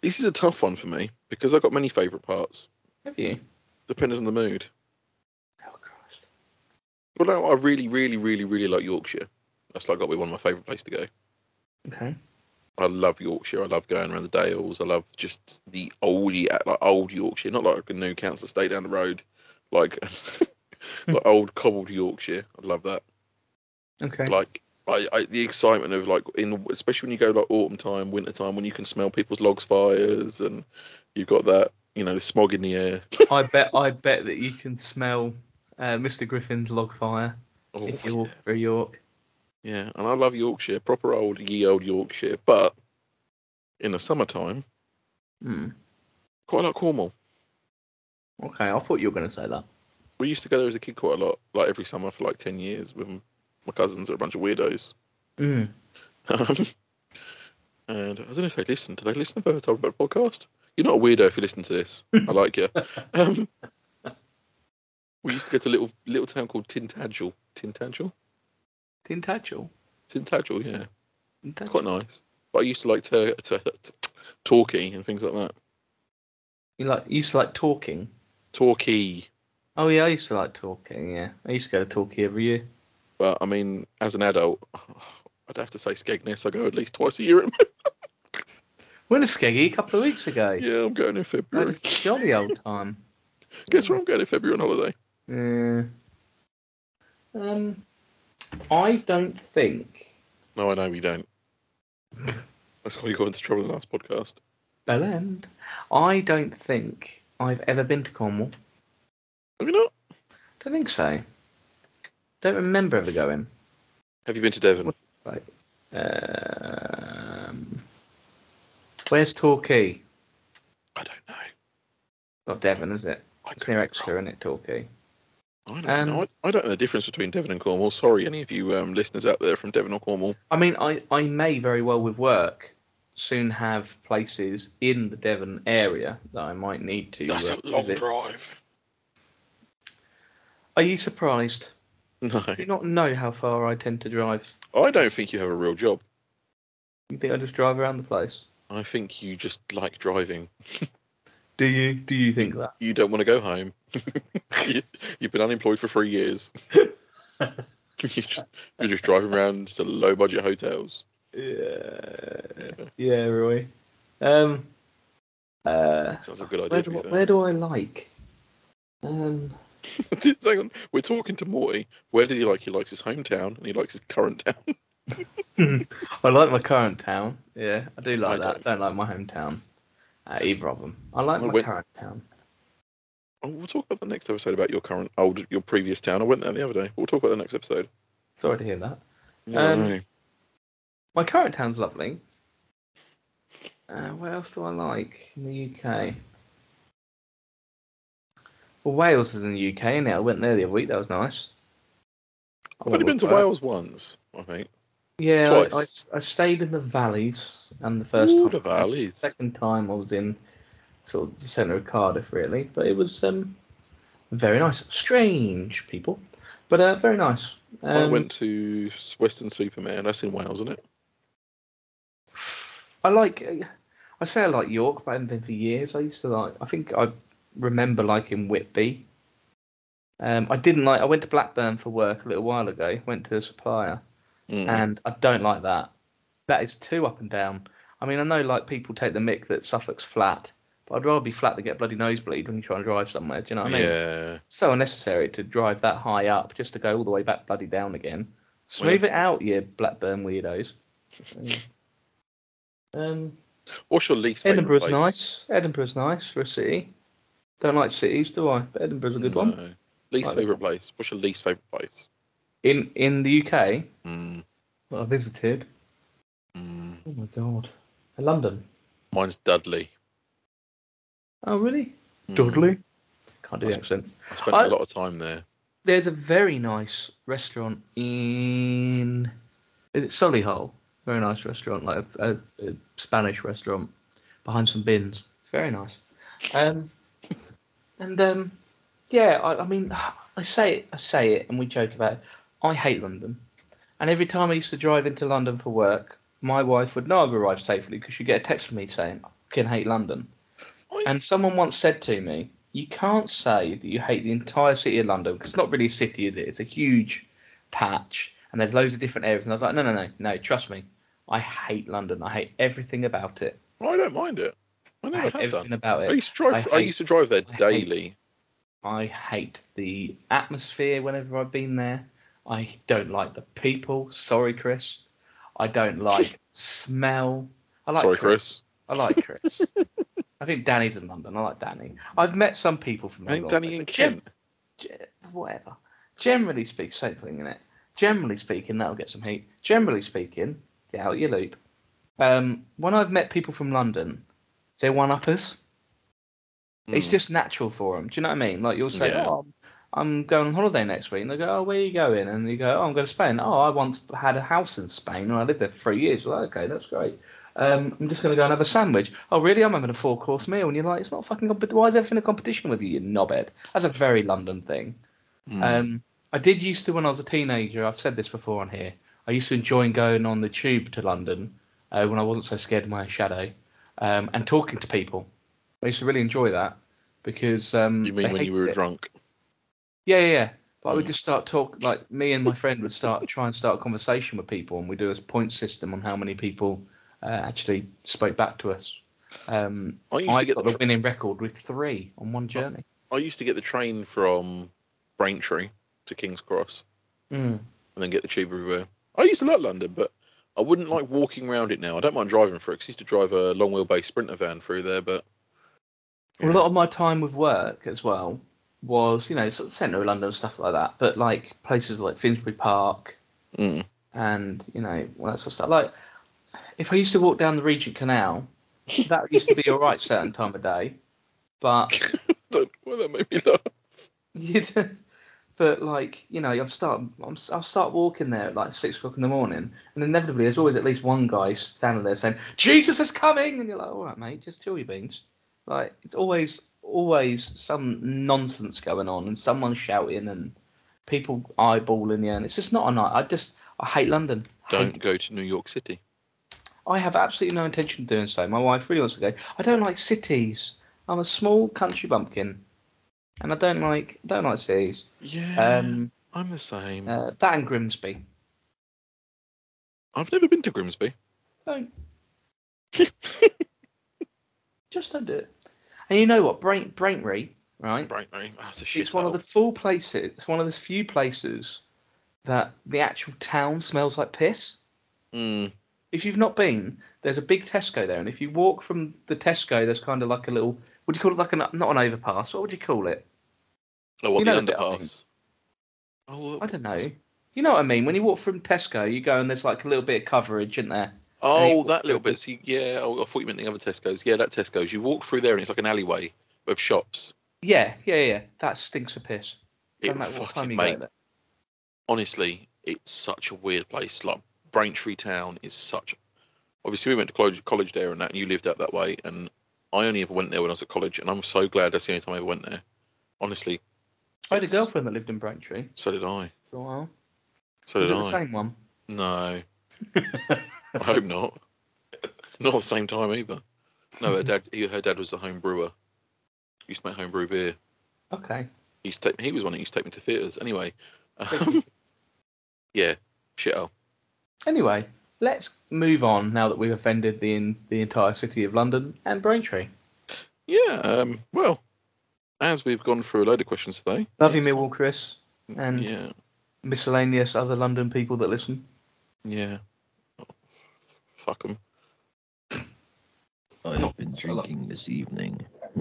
[SPEAKER 2] this is a tough one for me because I've got many favourite parts,
[SPEAKER 1] Have you?
[SPEAKER 2] depending on the mood.
[SPEAKER 1] Oh Christ!
[SPEAKER 2] Well, no, I really, really, really, really like Yorkshire. That's like got to be one of my favourite places to go.
[SPEAKER 1] Okay.
[SPEAKER 2] I love Yorkshire. I love going around the Dales. I love just the oldie, like old Yorkshire, not like a new council estate down the road, like like old cobbled Yorkshire. I love that.
[SPEAKER 1] Okay.
[SPEAKER 2] like I, I the excitement of like in especially when you go like autumn time winter time when you can smell people's logs fires and you've got that you know smog in the air
[SPEAKER 1] I bet I bet that you can smell uh, Mr. Griffin's log fire
[SPEAKER 2] oh,
[SPEAKER 1] if you walk through York.
[SPEAKER 2] yeah and i love yorkshire proper old ye old yorkshire but in the summertime
[SPEAKER 1] Hmm.
[SPEAKER 2] quite like cornwall
[SPEAKER 1] Okay, I thought you were going to say that.
[SPEAKER 2] we used to go there as a kid quite a lot like every summer for like 10 years with m- my cousins are a bunch of weirdos
[SPEAKER 1] Hmm.
[SPEAKER 2] Um, and I don't know if they listen. Do they listen if I ever told about the podcast? You're not a weirdo if you listen to this. I like you. Um, we used to go to a little little town called Tintagel. Tintagel?
[SPEAKER 1] Tintagel.
[SPEAKER 2] Tintagel, yeah. It's
[SPEAKER 1] Tintagel.
[SPEAKER 2] quite nice. But I used to like uh, to, to, to Torquay and things like that.
[SPEAKER 1] You like you used to like talking.
[SPEAKER 2] Torquay.
[SPEAKER 1] Oh yeah, I used to like talking. Yeah, I used to go to Torquay every year.
[SPEAKER 2] But I mean, as an adult, I'd have to say Skegness. I go at least twice a year. at-
[SPEAKER 1] Went to Skeggy a couple of weeks ago.
[SPEAKER 2] yeah, I'm going
[SPEAKER 1] Had a
[SPEAKER 2] in February.
[SPEAKER 1] jolly old time.
[SPEAKER 2] Guess where I'm going in February on holiday?
[SPEAKER 1] Yeah. Um, I don't think
[SPEAKER 2] No, I know we don't. That's why you got into trouble in the last podcast.
[SPEAKER 1] Bell End. I don't think I've ever been to Cornwall.
[SPEAKER 2] Have you not?
[SPEAKER 1] Don't think so. Don't remember ever going.
[SPEAKER 2] Have you been to Devon?
[SPEAKER 1] Um, where's Torquay?
[SPEAKER 2] I don't know.
[SPEAKER 1] Not Devon, is it?
[SPEAKER 2] I
[SPEAKER 1] It's
[SPEAKER 2] could be
[SPEAKER 1] near Exeter, isn't it? Torquay.
[SPEAKER 2] wrong. I don't,
[SPEAKER 1] Um,
[SPEAKER 2] know. I, I don't know the difference between Devon and Cornwall. Sorry, any of you um, listeners out there from Devon or Cornwall.
[SPEAKER 1] I mean, I, I may very well with work soon have places in the Devon area that I might need to.
[SPEAKER 2] That's
[SPEAKER 1] uh,
[SPEAKER 2] a long
[SPEAKER 1] visit.
[SPEAKER 2] drive.
[SPEAKER 1] Are you surprised?
[SPEAKER 2] No,
[SPEAKER 1] Do you not know how far I tend to drive?
[SPEAKER 2] I don't think you have a real job.
[SPEAKER 1] You think I just drive around the place?
[SPEAKER 2] I think you just like driving.
[SPEAKER 1] Do you? Do you think that?
[SPEAKER 2] You don't want to go home. you, you've been unemployed for three years. you just, you're just driving around to low budget hotels.
[SPEAKER 1] Yeah, yeah, Roy. Um, uh,
[SPEAKER 2] Sounds like a good idea.
[SPEAKER 1] where
[SPEAKER 2] to
[SPEAKER 1] do,
[SPEAKER 2] be
[SPEAKER 1] where do I like? Um,
[SPEAKER 2] fair. Hang on, we're talking to Morty. Where does he like? He likes his hometown and he likes his current town.
[SPEAKER 1] I like my current town. Yeah, I do like
[SPEAKER 2] I
[SPEAKER 1] that.
[SPEAKER 2] don't.
[SPEAKER 1] Don't like my hometown. Uh, either of them. I like
[SPEAKER 2] I
[SPEAKER 1] my
[SPEAKER 2] went-
[SPEAKER 1] current town.
[SPEAKER 2] Oh, we'll talk about the next episode about your current old your previous town. I went there the other day. We'll talk about the next episode.
[SPEAKER 1] Sorry to hear that.
[SPEAKER 2] Yeah,
[SPEAKER 1] Um,
[SPEAKER 2] I know.
[SPEAKER 1] My current town's lovely. Uh, what else do I like in the UK? Well, Wales is in the UK, and I went there the other week. That was nice. Oh,
[SPEAKER 2] I've only been to
[SPEAKER 1] Well,
[SPEAKER 2] Wales once, I think.
[SPEAKER 1] Yeah, I, I,
[SPEAKER 2] Twice.
[SPEAKER 1] I stayed in the valleys, and the first
[SPEAKER 2] Ooh,
[SPEAKER 1] time,
[SPEAKER 2] the valleys.
[SPEAKER 1] second time I was in sort of the centre of Cardiff, really. But it was um, very nice. Strange people, but uh, very nice. Um,
[SPEAKER 2] I went to Western Superman. That's in Wales, isn't it?
[SPEAKER 1] I like. I say I like York, but I haven't been for years. I used to like. I think I remember liking Whitby. Um, I didn't like. I went to Blackburn for work a little while ago. Went to a supplier,
[SPEAKER 2] Mm.
[SPEAKER 1] and I don't like that. That is too up and down. I mean, I know like people take the mick that Suffolk's flat, but I'd rather be flat than get bloody nosebleed when you try and drive somewhere. Do you know what I mean?
[SPEAKER 2] yeah.
[SPEAKER 1] So unnecessary to drive that high up just to go all the way back bloody down again. Smooth it out, you Blackburn weirdos.
[SPEAKER 2] Mm.
[SPEAKER 1] Um,
[SPEAKER 2] What's your least favourite
[SPEAKER 1] Edinburgh's
[SPEAKER 2] place?
[SPEAKER 1] nice. Edinburgh's nice for a city. Don't like cities, do I? But Edinburgh's a good one.
[SPEAKER 2] No. Least
[SPEAKER 1] Right.
[SPEAKER 2] favourite place. What's your least favourite place?
[SPEAKER 1] In in the UK,
[SPEAKER 2] Mm.
[SPEAKER 1] that I visited.
[SPEAKER 2] Mm.
[SPEAKER 1] Oh my god, London.
[SPEAKER 2] Mine's Dudley.
[SPEAKER 1] Oh really?
[SPEAKER 2] Mm.
[SPEAKER 1] Dudley. Can't do the
[SPEAKER 2] That's-
[SPEAKER 1] accent.
[SPEAKER 2] I spent
[SPEAKER 1] I-
[SPEAKER 2] a lot of time there.
[SPEAKER 1] There's a very nice restaurant in. Is it Solihull? Very nice restaurant, like a, a, a Spanish restaurant behind some bins. It's very nice. Um, and um, yeah, I, I mean, I say it, I say it, and we joke about it. I hate London, and every time I used to drive into London for work, my wife would know I've arrived safely because she'd get a text from me saying, "I can hate London."
[SPEAKER 2] I-
[SPEAKER 1] And someone once said to me, "You can't say that you hate the entire city of London because it's not really a city, is it? It's a huge patch, and there's loads of different areas." And I was like, "No, no, no, no. Trust me, I hate London. I hate everything about it.
[SPEAKER 2] I don't mind it. I
[SPEAKER 1] I
[SPEAKER 2] never
[SPEAKER 1] hate
[SPEAKER 2] have
[SPEAKER 1] everything
[SPEAKER 2] done.
[SPEAKER 1] about
[SPEAKER 2] I
[SPEAKER 1] it.
[SPEAKER 2] used to drive.
[SPEAKER 1] I
[SPEAKER 2] I
[SPEAKER 1] hate-
[SPEAKER 2] used to drive there
[SPEAKER 1] I hate-
[SPEAKER 2] daily.
[SPEAKER 1] I hate the atmosphere whenever I've been there. I don't like the people. Sorry, Chris. I don't like smell. I like
[SPEAKER 2] Sorry,
[SPEAKER 1] Chris.
[SPEAKER 2] Chris.
[SPEAKER 1] I like Chris. I think Danny's in London. I like Danny. I've met some people from
[SPEAKER 2] I think
[SPEAKER 1] London,
[SPEAKER 2] Danny and
[SPEAKER 1] but gen-
[SPEAKER 2] Kent.
[SPEAKER 1] ge- whatever. Generally speaking, same thing in it. Generally speaking, that'll get some heat. Generally speaking, get out your loop. Um, when I've met people from London, they're one-uppers. It's
[SPEAKER 2] Mm.
[SPEAKER 1] just natural for them. Do you know what I mean? Like you'll say,
[SPEAKER 2] Yeah.
[SPEAKER 1] "Oh, I'm going on holiday next week," and they go, "Oh, where are you going?" And you go, "Oh, I'm going to Spain." Oh, I once had a house in Spain and I lived there for three years. Well, okay, that's great. Um, I'm just going to go and have a sandwich. Oh, really? I'm having a four-course meal, and you're like, "It's not fucking. Comp- Why is everything a competition with you, you knobhead?" That's a very London thing.
[SPEAKER 2] Mm.
[SPEAKER 1] Um, I did used to when I was a teenager. I've said this before on here. I used to enjoy going on the tube to London uh, when I wasn't so scared of my own shadow um, and talking to people. I used to really enjoy that because um,
[SPEAKER 2] Mm. you
[SPEAKER 1] they
[SPEAKER 2] mean when you
[SPEAKER 1] hated
[SPEAKER 2] were
[SPEAKER 1] it.
[SPEAKER 2] drunk?
[SPEAKER 1] Yeah, yeah, yeah. But I would
[SPEAKER 2] Mm.
[SPEAKER 1] just start talk like me and my friend would start try and start a conversation with people, and we do a point system on how many people uh, actually spoke back to us. Um,
[SPEAKER 2] I used
[SPEAKER 1] I
[SPEAKER 2] to get
[SPEAKER 1] got
[SPEAKER 2] the Oh.
[SPEAKER 1] the winning record with three on one journey.
[SPEAKER 2] I used to get the train from Braintree to King's Cross
[SPEAKER 1] Mm.
[SPEAKER 2] and then get the tube everywhere. I used to like London, but I wouldn't like walking around it now. I don't mind driving for it 'cause I used to drive a long wheelbase sprinter van through there, but
[SPEAKER 1] A lot of my time with work as well was, you know, sort of centre of London stuff like that, but like places like Finsbury Park
[SPEAKER 2] Mm.
[SPEAKER 1] and, you know, all that sort of stuff. Like, if I used to walk down the Regent Canal, that used to be all right certain time of day, but
[SPEAKER 2] don't, well, that made me laugh.
[SPEAKER 1] you don't- but like you know, I'll start I'm, I'll start walking there at like six o'clock in the morning, and inevitably there's always at least one guy standing there saying Jesus is coming, and you're like, all right, mate, just chill your beans. Like it's always always some nonsense going on, and someone shouting and people eyeballing you, and it's just not a night. I just I hate London. Hate
[SPEAKER 2] Don't go to New York City.
[SPEAKER 1] I have absolutely no intention of doing so. My wife really wants to go. I don't like cities. I'm a small country bumpkin, and I don't like don't like cities.
[SPEAKER 2] Yeah,
[SPEAKER 1] Um,
[SPEAKER 2] I'm the same.
[SPEAKER 1] uh, that and Grimsby.
[SPEAKER 2] I've never been to Grimsby.
[SPEAKER 1] Don't just don't do it. And you know what, Brain Braintree, right?
[SPEAKER 2] Right, mate, that's a shit.
[SPEAKER 1] It's one of the full places. It's one of the few places that the actual town smells like piss.
[SPEAKER 2] Mm,
[SPEAKER 1] If you've not been, there's a big Tesco there, and if you walk from the Tesco, there's kind of like a little. What do you call it? Like an not an overpass. What would you call it?
[SPEAKER 2] oh, what,
[SPEAKER 1] You
[SPEAKER 2] the
[SPEAKER 1] know the bit I
[SPEAKER 2] underpass? Oh,
[SPEAKER 1] I don't know. You know what I mean? When you walk from Tesco, you go and there's like a little bit of coverage, isn't there? Hey,
[SPEAKER 2] Oh,
[SPEAKER 1] what's
[SPEAKER 2] that little
[SPEAKER 1] the-
[SPEAKER 2] bit. So you- yeah, oh, I thought you meant the other Tesco's. Yeah, that Tesco's. You walk through there and it's like an alleyway of shops.
[SPEAKER 1] Yeah, yeah, yeah. That stinks of piss.
[SPEAKER 2] It
[SPEAKER 1] Don't matter what time
[SPEAKER 2] fucking,
[SPEAKER 1] you
[SPEAKER 2] mate,
[SPEAKER 1] go there.
[SPEAKER 2] honestly, it's such a weird place. Like Braintree Town is such. Obviously, we went to college, college there and that, and you lived out that way. And I only ever went there when I was at college, and I'm so glad that's the only time I ever went there. Honestly,
[SPEAKER 1] I had a
[SPEAKER 2] it's-
[SPEAKER 1] girlfriend that lived in Braintree
[SPEAKER 2] So did I.
[SPEAKER 1] for a while.
[SPEAKER 2] So
[SPEAKER 1] Is
[SPEAKER 2] did
[SPEAKER 1] Oh, it
[SPEAKER 2] I.
[SPEAKER 1] the same one?
[SPEAKER 2] No. I hope not. Not at the same time either. No, her dad. He, her dad was a home brewer. He used to make home brew beer.
[SPEAKER 1] Okay.
[SPEAKER 2] He used to take. He was one who used to take me to theatres. Anyway. Um, yeah. Shit. Oh.
[SPEAKER 1] Anyway, let's move on now that we've offended the in, the entire city of London and Braintree.
[SPEAKER 2] Yeah. Um, well, as we've gone through a load of questions today.
[SPEAKER 1] Love you, Millwall Chris, and
[SPEAKER 2] Yeah.
[SPEAKER 1] miscellaneous other London people that listen.
[SPEAKER 2] Yeah. Oh, Fuck 'em.
[SPEAKER 3] I've been drinking this evening.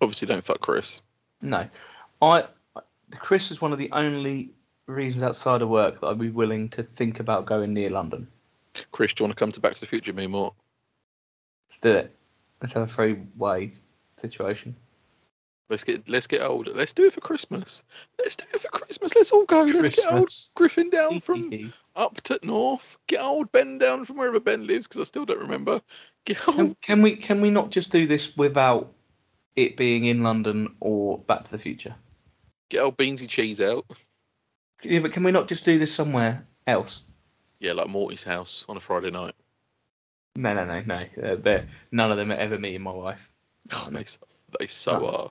[SPEAKER 2] Obviously, don't fuck Chris.
[SPEAKER 1] No, I Chris is one of the only reasons outside of work that I'd be willing to think about going near London.
[SPEAKER 2] Chris, do you want to come to Back to the Future me more?
[SPEAKER 1] Let's do it. Let's have a three way situation.
[SPEAKER 2] Let's get let's get old. Let's do it for Christmas. Let's do it for Christmas. Let's all go. Let's get old Griffin down from up to north. Get old Ben down from wherever Ben lives because I still don't remember. Get
[SPEAKER 1] can,
[SPEAKER 2] old.
[SPEAKER 1] can we can we not just do this without it being in London or Back to the Future?
[SPEAKER 2] Get old Beansy Cheese out.
[SPEAKER 1] Yeah, but can we not just do this somewhere else?
[SPEAKER 2] Yeah, like Morty's house on a Friday night.
[SPEAKER 1] No, no, no, no. Uh, they're- none of them are ever meeting my wife.
[SPEAKER 2] Oh, they so, they so
[SPEAKER 1] No.
[SPEAKER 2] are.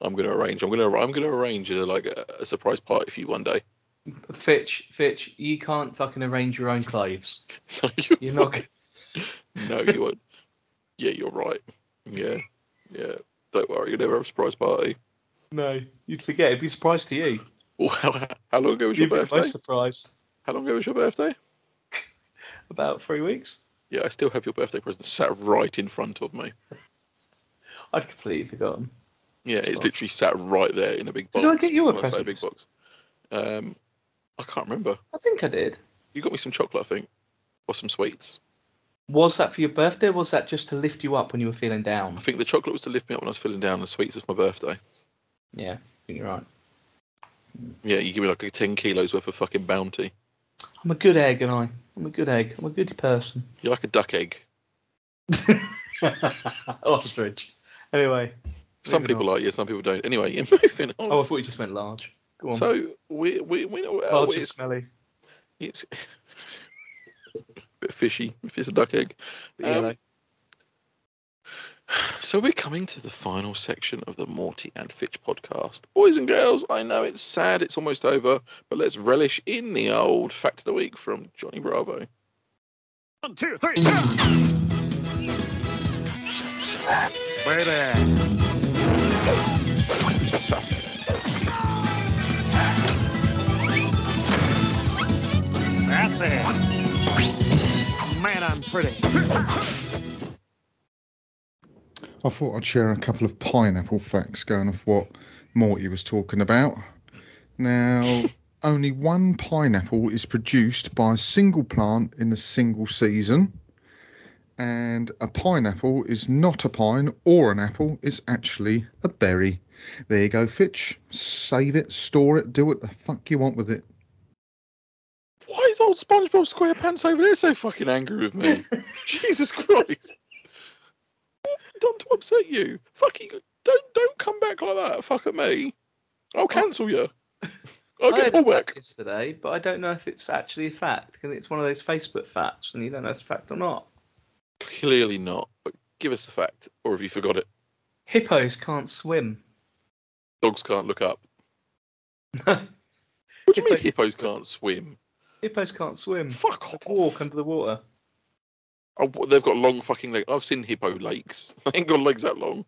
[SPEAKER 2] I'm gonna arrange. I'm gonna I'm gonna arrange a, like a, a surprise party for you one day.
[SPEAKER 1] Fitch, Fitch, you can't fucking arrange your own clothes.
[SPEAKER 2] No, you
[SPEAKER 1] You're not. g-
[SPEAKER 2] no, you won't. Yeah, you're right. Yeah, yeah. Don't worry, you'll never have a surprise party.
[SPEAKER 1] no, you'd forget. It'd be a surprise to you.
[SPEAKER 2] Oh, how, how long ago was your
[SPEAKER 1] You'd be the
[SPEAKER 2] birthday?
[SPEAKER 1] most surprised.
[SPEAKER 2] How long ago was your birthday?
[SPEAKER 1] About three weeks.
[SPEAKER 2] Yeah, I still have your birthday present sat right in front of me.
[SPEAKER 1] I'd completely forgotten.
[SPEAKER 2] Yeah, it's
[SPEAKER 1] Sure.
[SPEAKER 2] literally sat right there in a big box.
[SPEAKER 1] Did I get you a
[SPEAKER 2] When I say
[SPEAKER 1] present?
[SPEAKER 2] big box. Um, I can't remember.
[SPEAKER 1] I think I did.
[SPEAKER 2] You got me some chocolate, I think, or some sweets.
[SPEAKER 1] Was that for your birthday? Or was that just to lift you up when you were feeling
[SPEAKER 2] I
[SPEAKER 1] down?
[SPEAKER 2] think the chocolate was to lift me up when I was feeling down. The sweets was my birthday.
[SPEAKER 1] Yeah, I think you're right.
[SPEAKER 2] Yeah, you give me like a ten kilos worth of fucking bounty.
[SPEAKER 1] I'm a good egg, and I. I'm a good egg. I'm a good person.
[SPEAKER 2] You're like a duck egg.
[SPEAKER 1] Ostrich. Anyway.
[SPEAKER 2] Some
[SPEAKER 1] moving
[SPEAKER 2] people
[SPEAKER 1] on.
[SPEAKER 2] like you, some people don't. Anyway, yeah, moving on.
[SPEAKER 1] Oh, I thought you just meant large. Go on.
[SPEAKER 2] So uh, we we we know well,
[SPEAKER 1] large and
[SPEAKER 2] it's,
[SPEAKER 1] smelly.
[SPEAKER 2] it's a bit fishy if it's a duck egg.
[SPEAKER 1] But, you
[SPEAKER 2] um,
[SPEAKER 1] know.
[SPEAKER 2] So we're coming to the final section of the Morty and Fitch podcast. Boys and girls, I know it's sad, it's almost over, but let's relish in the old fact of the week from Johnny Bravo.
[SPEAKER 6] One, two, three. go! Wait there.
[SPEAKER 2] Sus.
[SPEAKER 6] Sassy. man, I'm pretty.
[SPEAKER 7] I thought I'd share a couple of pineapple facts going off what Morty was talking about. Now, only one pineapple is produced by a single plant in a single season. And a pineapple is not a pine or an apple, it's actually a berry. There you go, Fitch. Save it, store it, do what the fuck you want with it.
[SPEAKER 2] Why is old SpongeBob SquarePants over there so fucking angry with me? Jesus Christ! Done to upset you. Fucking don't don't come back like that. Fuck at me. I'll cancel you. I'll
[SPEAKER 1] I
[SPEAKER 2] get
[SPEAKER 1] heard a
[SPEAKER 2] pulled
[SPEAKER 1] fact
[SPEAKER 2] back.
[SPEAKER 1] yesterday, but I don't know if it's actually a fact because it's one of those Facebook facts, and you don't know if it's a fact or not.
[SPEAKER 2] Clearly not. But give us the fact, or if you forgot it,
[SPEAKER 1] Hippos can't swim.
[SPEAKER 2] dogs can't look up.
[SPEAKER 1] No.
[SPEAKER 2] What do you mean
[SPEAKER 1] Hippos-
[SPEAKER 2] hippos can't swim?
[SPEAKER 1] Hippos can't swim.
[SPEAKER 2] Fuck off.
[SPEAKER 1] Walk under the water.
[SPEAKER 2] Oh, what, they've got long fucking legs. I've seen hippo legs. They ain't got legs that long.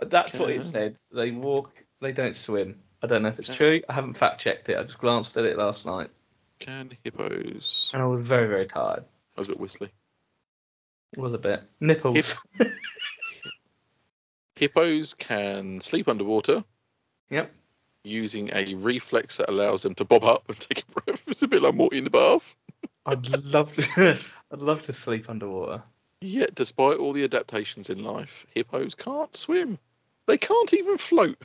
[SPEAKER 1] That's what
[SPEAKER 2] Okay.
[SPEAKER 1] it said. They walk. They don't swim. I don't know if it's true. I haven't fact checked it. I just glanced at it last night,
[SPEAKER 2] Can hippos?
[SPEAKER 1] and I was very very tired.
[SPEAKER 2] I was a bit whistly.
[SPEAKER 1] It was a bit nipples.
[SPEAKER 2] Hippos can sleep underwater
[SPEAKER 1] yep.
[SPEAKER 2] using a reflex that allows them to bob up and take a breath. It's a bit like Morty in the bath.
[SPEAKER 1] I'd love to. I'd love to sleep underwater.
[SPEAKER 2] Yet, despite all the adaptations in life, hippos can't swim. They can't even float.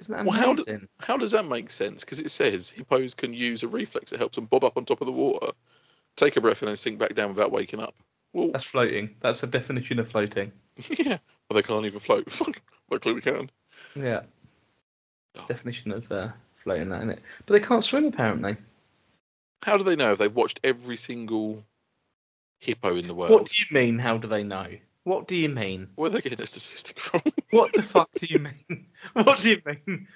[SPEAKER 1] Isn't that
[SPEAKER 2] Well,
[SPEAKER 1] amazing?
[SPEAKER 2] how do- How does that make sense? Because it says hippos can use a reflex that helps them bob up on top of the water, take a breath, and then sink back down without waking up. Well,
[SPEAKER 1] That's floating. That's the definition of floating.
[SPEAKER 2] yeah. Well, they can't even float. Fuck. Well, clearly we can.
[SPEAKER 1] Yeah. It's
[SPEAKER 2] Oh.
[SPEAKER 1] the definition of uh, floating that in it. But they can't swim apparently.
[SPEAKER 2] How do they know if they've watched every single hippo in the world?
[SPEAKER 1] What do you mean? How do they know? What do you mean?
[SPEAKER 2] Where are they getting a statistic from?
[SPEAKER 1] What the fuck do you mean? What do you mean?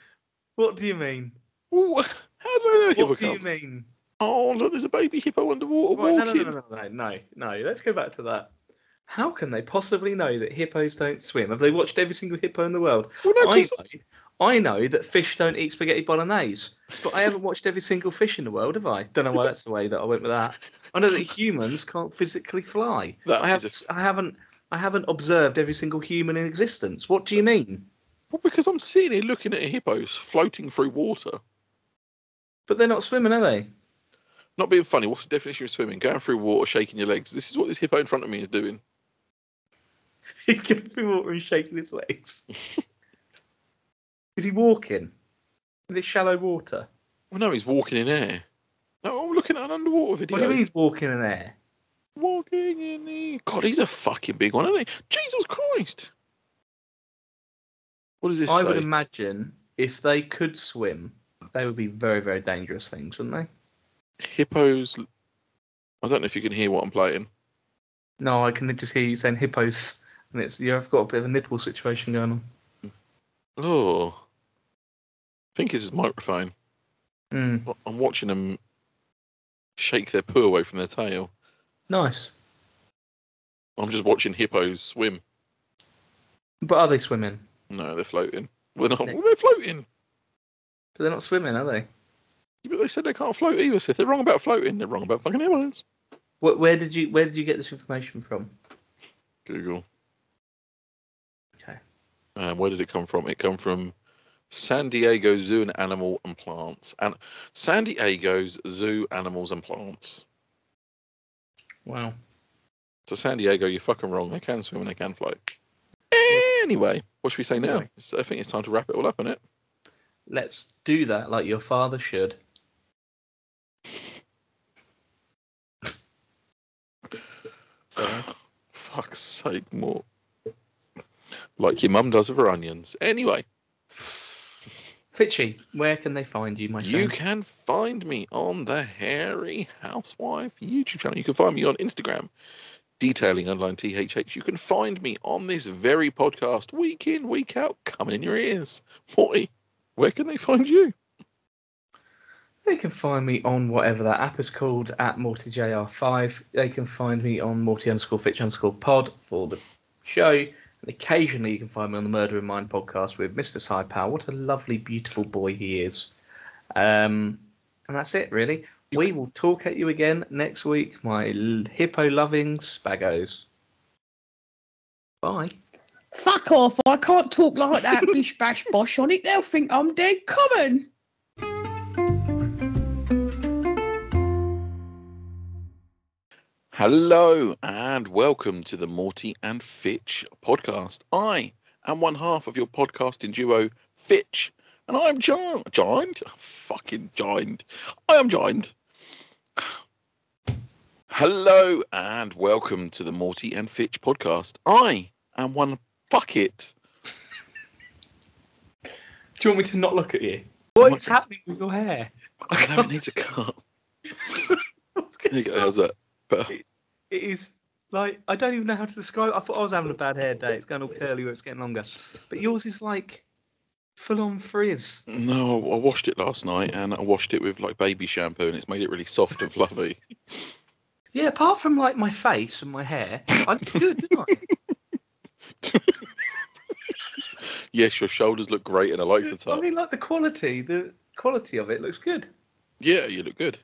[SPEAKER 1] What do you mean?
[SPEAKER 2] Wha- How do they know hippo
[SPEAKER 1] What do you
[SPEAKER 2] can't?
[SPEAKER 1] mean?
[SPEAKER 2] Oh, look, there's a baby hippo underwater
[SPEAKER 1] Right, no, no,
[SPEAKER 2] walking.
[SPEAKER 1] no, no, no, no, no, no. Let's go back to that. How can they possibly know that hippos don't swim? Have they watched every single hippo in the world?
[SPEAKER 2] Well, no,
[SPEAKER 1] I
[SPEAKER 2] 'cause-
[SPEAKER 1] know, I know that fish don't eat spaghetti bolognese, but I haven't watched every single fish in the world, have I? Don't know why that's the way that I went with that. I know that humans can't physically fly.
[SPEAKER 2] That
[SPEAKER 1] I
[SPEAKER 2] is
[SPEAKER 1] haven't, I haven't, I haven't observed every single human in existence. What do you mean?
[SPEAKER 2] well, because I'm sitting here looking at hippos floating through water.
[SPEAKER 1] But they're not swimming, are they?
[SPEAKER 2] Not being funny, what's the definition of swimming? Going through water, shaking your legs. This is what this hippo in front of me is doing.
[SPEAKER 1] He's going through water and shaking his legs. Is he walking? Is it shallow water?
[SPEAKER 2] Well, no, he's walking in air. No, I'm looking at an underwater video.
[SPEAKER 1] What do you mean he's walking in air?
[SPEAKER 2] Walking in the. God, he's a fucking big one, isn't he? Jesus Christ. What does this
[SPEAKER 1] I
[SPEAKER 2] say?
[SPEAKER 1] would imagine if they could swim, they would be very, very dangerous things, wouldn't they?
[SPEAKER 2] Hippos. I don't know if you can hear what I'm playing.
[SPEAKER 1] No, I can just hear you saying hippos, and it's you've got a bit of a nipple situation going on.
[SPEAKER 2] Oh. I think it's his microphone.
[SPEAKER 1] Mm,
[SPEAKER 2] I'm watching them shake their poo away from their tail.
[SPEAKER 1] nice,
[SPEAKER 2] I'm just watching hippos swim.
[SPEAKER 1] but are they swimming?
[SPEAKER 2] No, they're floating. Well, they're, not, well, they're floating.
[SPEAKER 1] But they're not swimming, are they?
[SPEAKER 2] But they said they can't float either. So if they're wrong about floating, they're wrong about fucking hippos.
[SPEAKER 1] Where, where did you Where did you get this information from?
[SPEAKER 2] Google.
[SPEAKER 1] Okay.
[SPEAKER 2] Um, where did it come from? It come from San Diego Zoo and Animal and Plants, and San Diego's Zoo Animals and Plants.
[SPEAKER 1] Wow.
[SPEAKER 2] So San Diego, you're fucking wrong. They can swim and they can float. Anyway, what should we say now?
[SPEAKER 1] Anyway.
[SPEAKER 2] So I think it's time to wrap it all up, isn't it?
[SPEAKER 1] Let's do that like your father should. Sorry.
[SPEAKER 2] Fuck's sake, more. Like your mum does with her onions. Anyway,
[SPEAKER 1] Fitchy, where can they find you, my
[SPEAKER 2] You
[SPEAKER 1] friend?
[SPEAKER 2] can find me on the Hairy Housewife YouTube channel. You can find me on Instagram, detailing online THH. You can find me on this very podcast, week in, week out, coming in your ears. Boy, where can they find you?
[SPEAKER 1] They can find me on whatever that app is called at MortyJR5. They can find me on Morty underscore Fitch underscore pod for the show. And occasionally you can find me on the Murder in Mind podcast with Mr. Sci Power. What a lovely, beautiful boy he is. Um, and that's it, really. We will talk at you again next week, my hippo loving spaggos. Bye.
[SPEAKER 4] Fuck off. I can't talk like that. Bish bash bosh on it. They'll think I'm dead common.
[SPEAKER 2] Hello and welcome to the Morty and Fitch podcast. I am one half of your podcasting duo, Fitch, and I'm jo- joined. Fucking joined. I am joined. Hello and welcome to the Morty and Fitch podcast. I am one bucket.
[SPEAKER 1] Do you want me to not look at you?
[SPEAKER 2] What
[SPEAKER 1] What's
[SPEAKER 2] is
[SPEAKER 1] happening with your hair?
[SPEAKER 2] I don't need a cut. There you go, how's that? But
[SPEAKER 1] It's, it is like I don't even know how to describe. It. I thought I was having a bad hair day. It's going all curly where it's getting longer, but yours is like full on frizz.
[SPEAKER 2] no, I washed it last night and I washed it with like baby shampoo and it's made it really soft and fluffy.
[SPEAKER 1] Yeah, apart from like my face and my hair, I look good, didn't I?
[SPEAKER 2] Yes, your shoulders look great and I like the
[SPEAKER 1] I
[SPEAKER 2] top.
[SPEAKER 1] mean, like the quality, the quality of it looks good.
[SPEAKER 2] Yeah, you look good.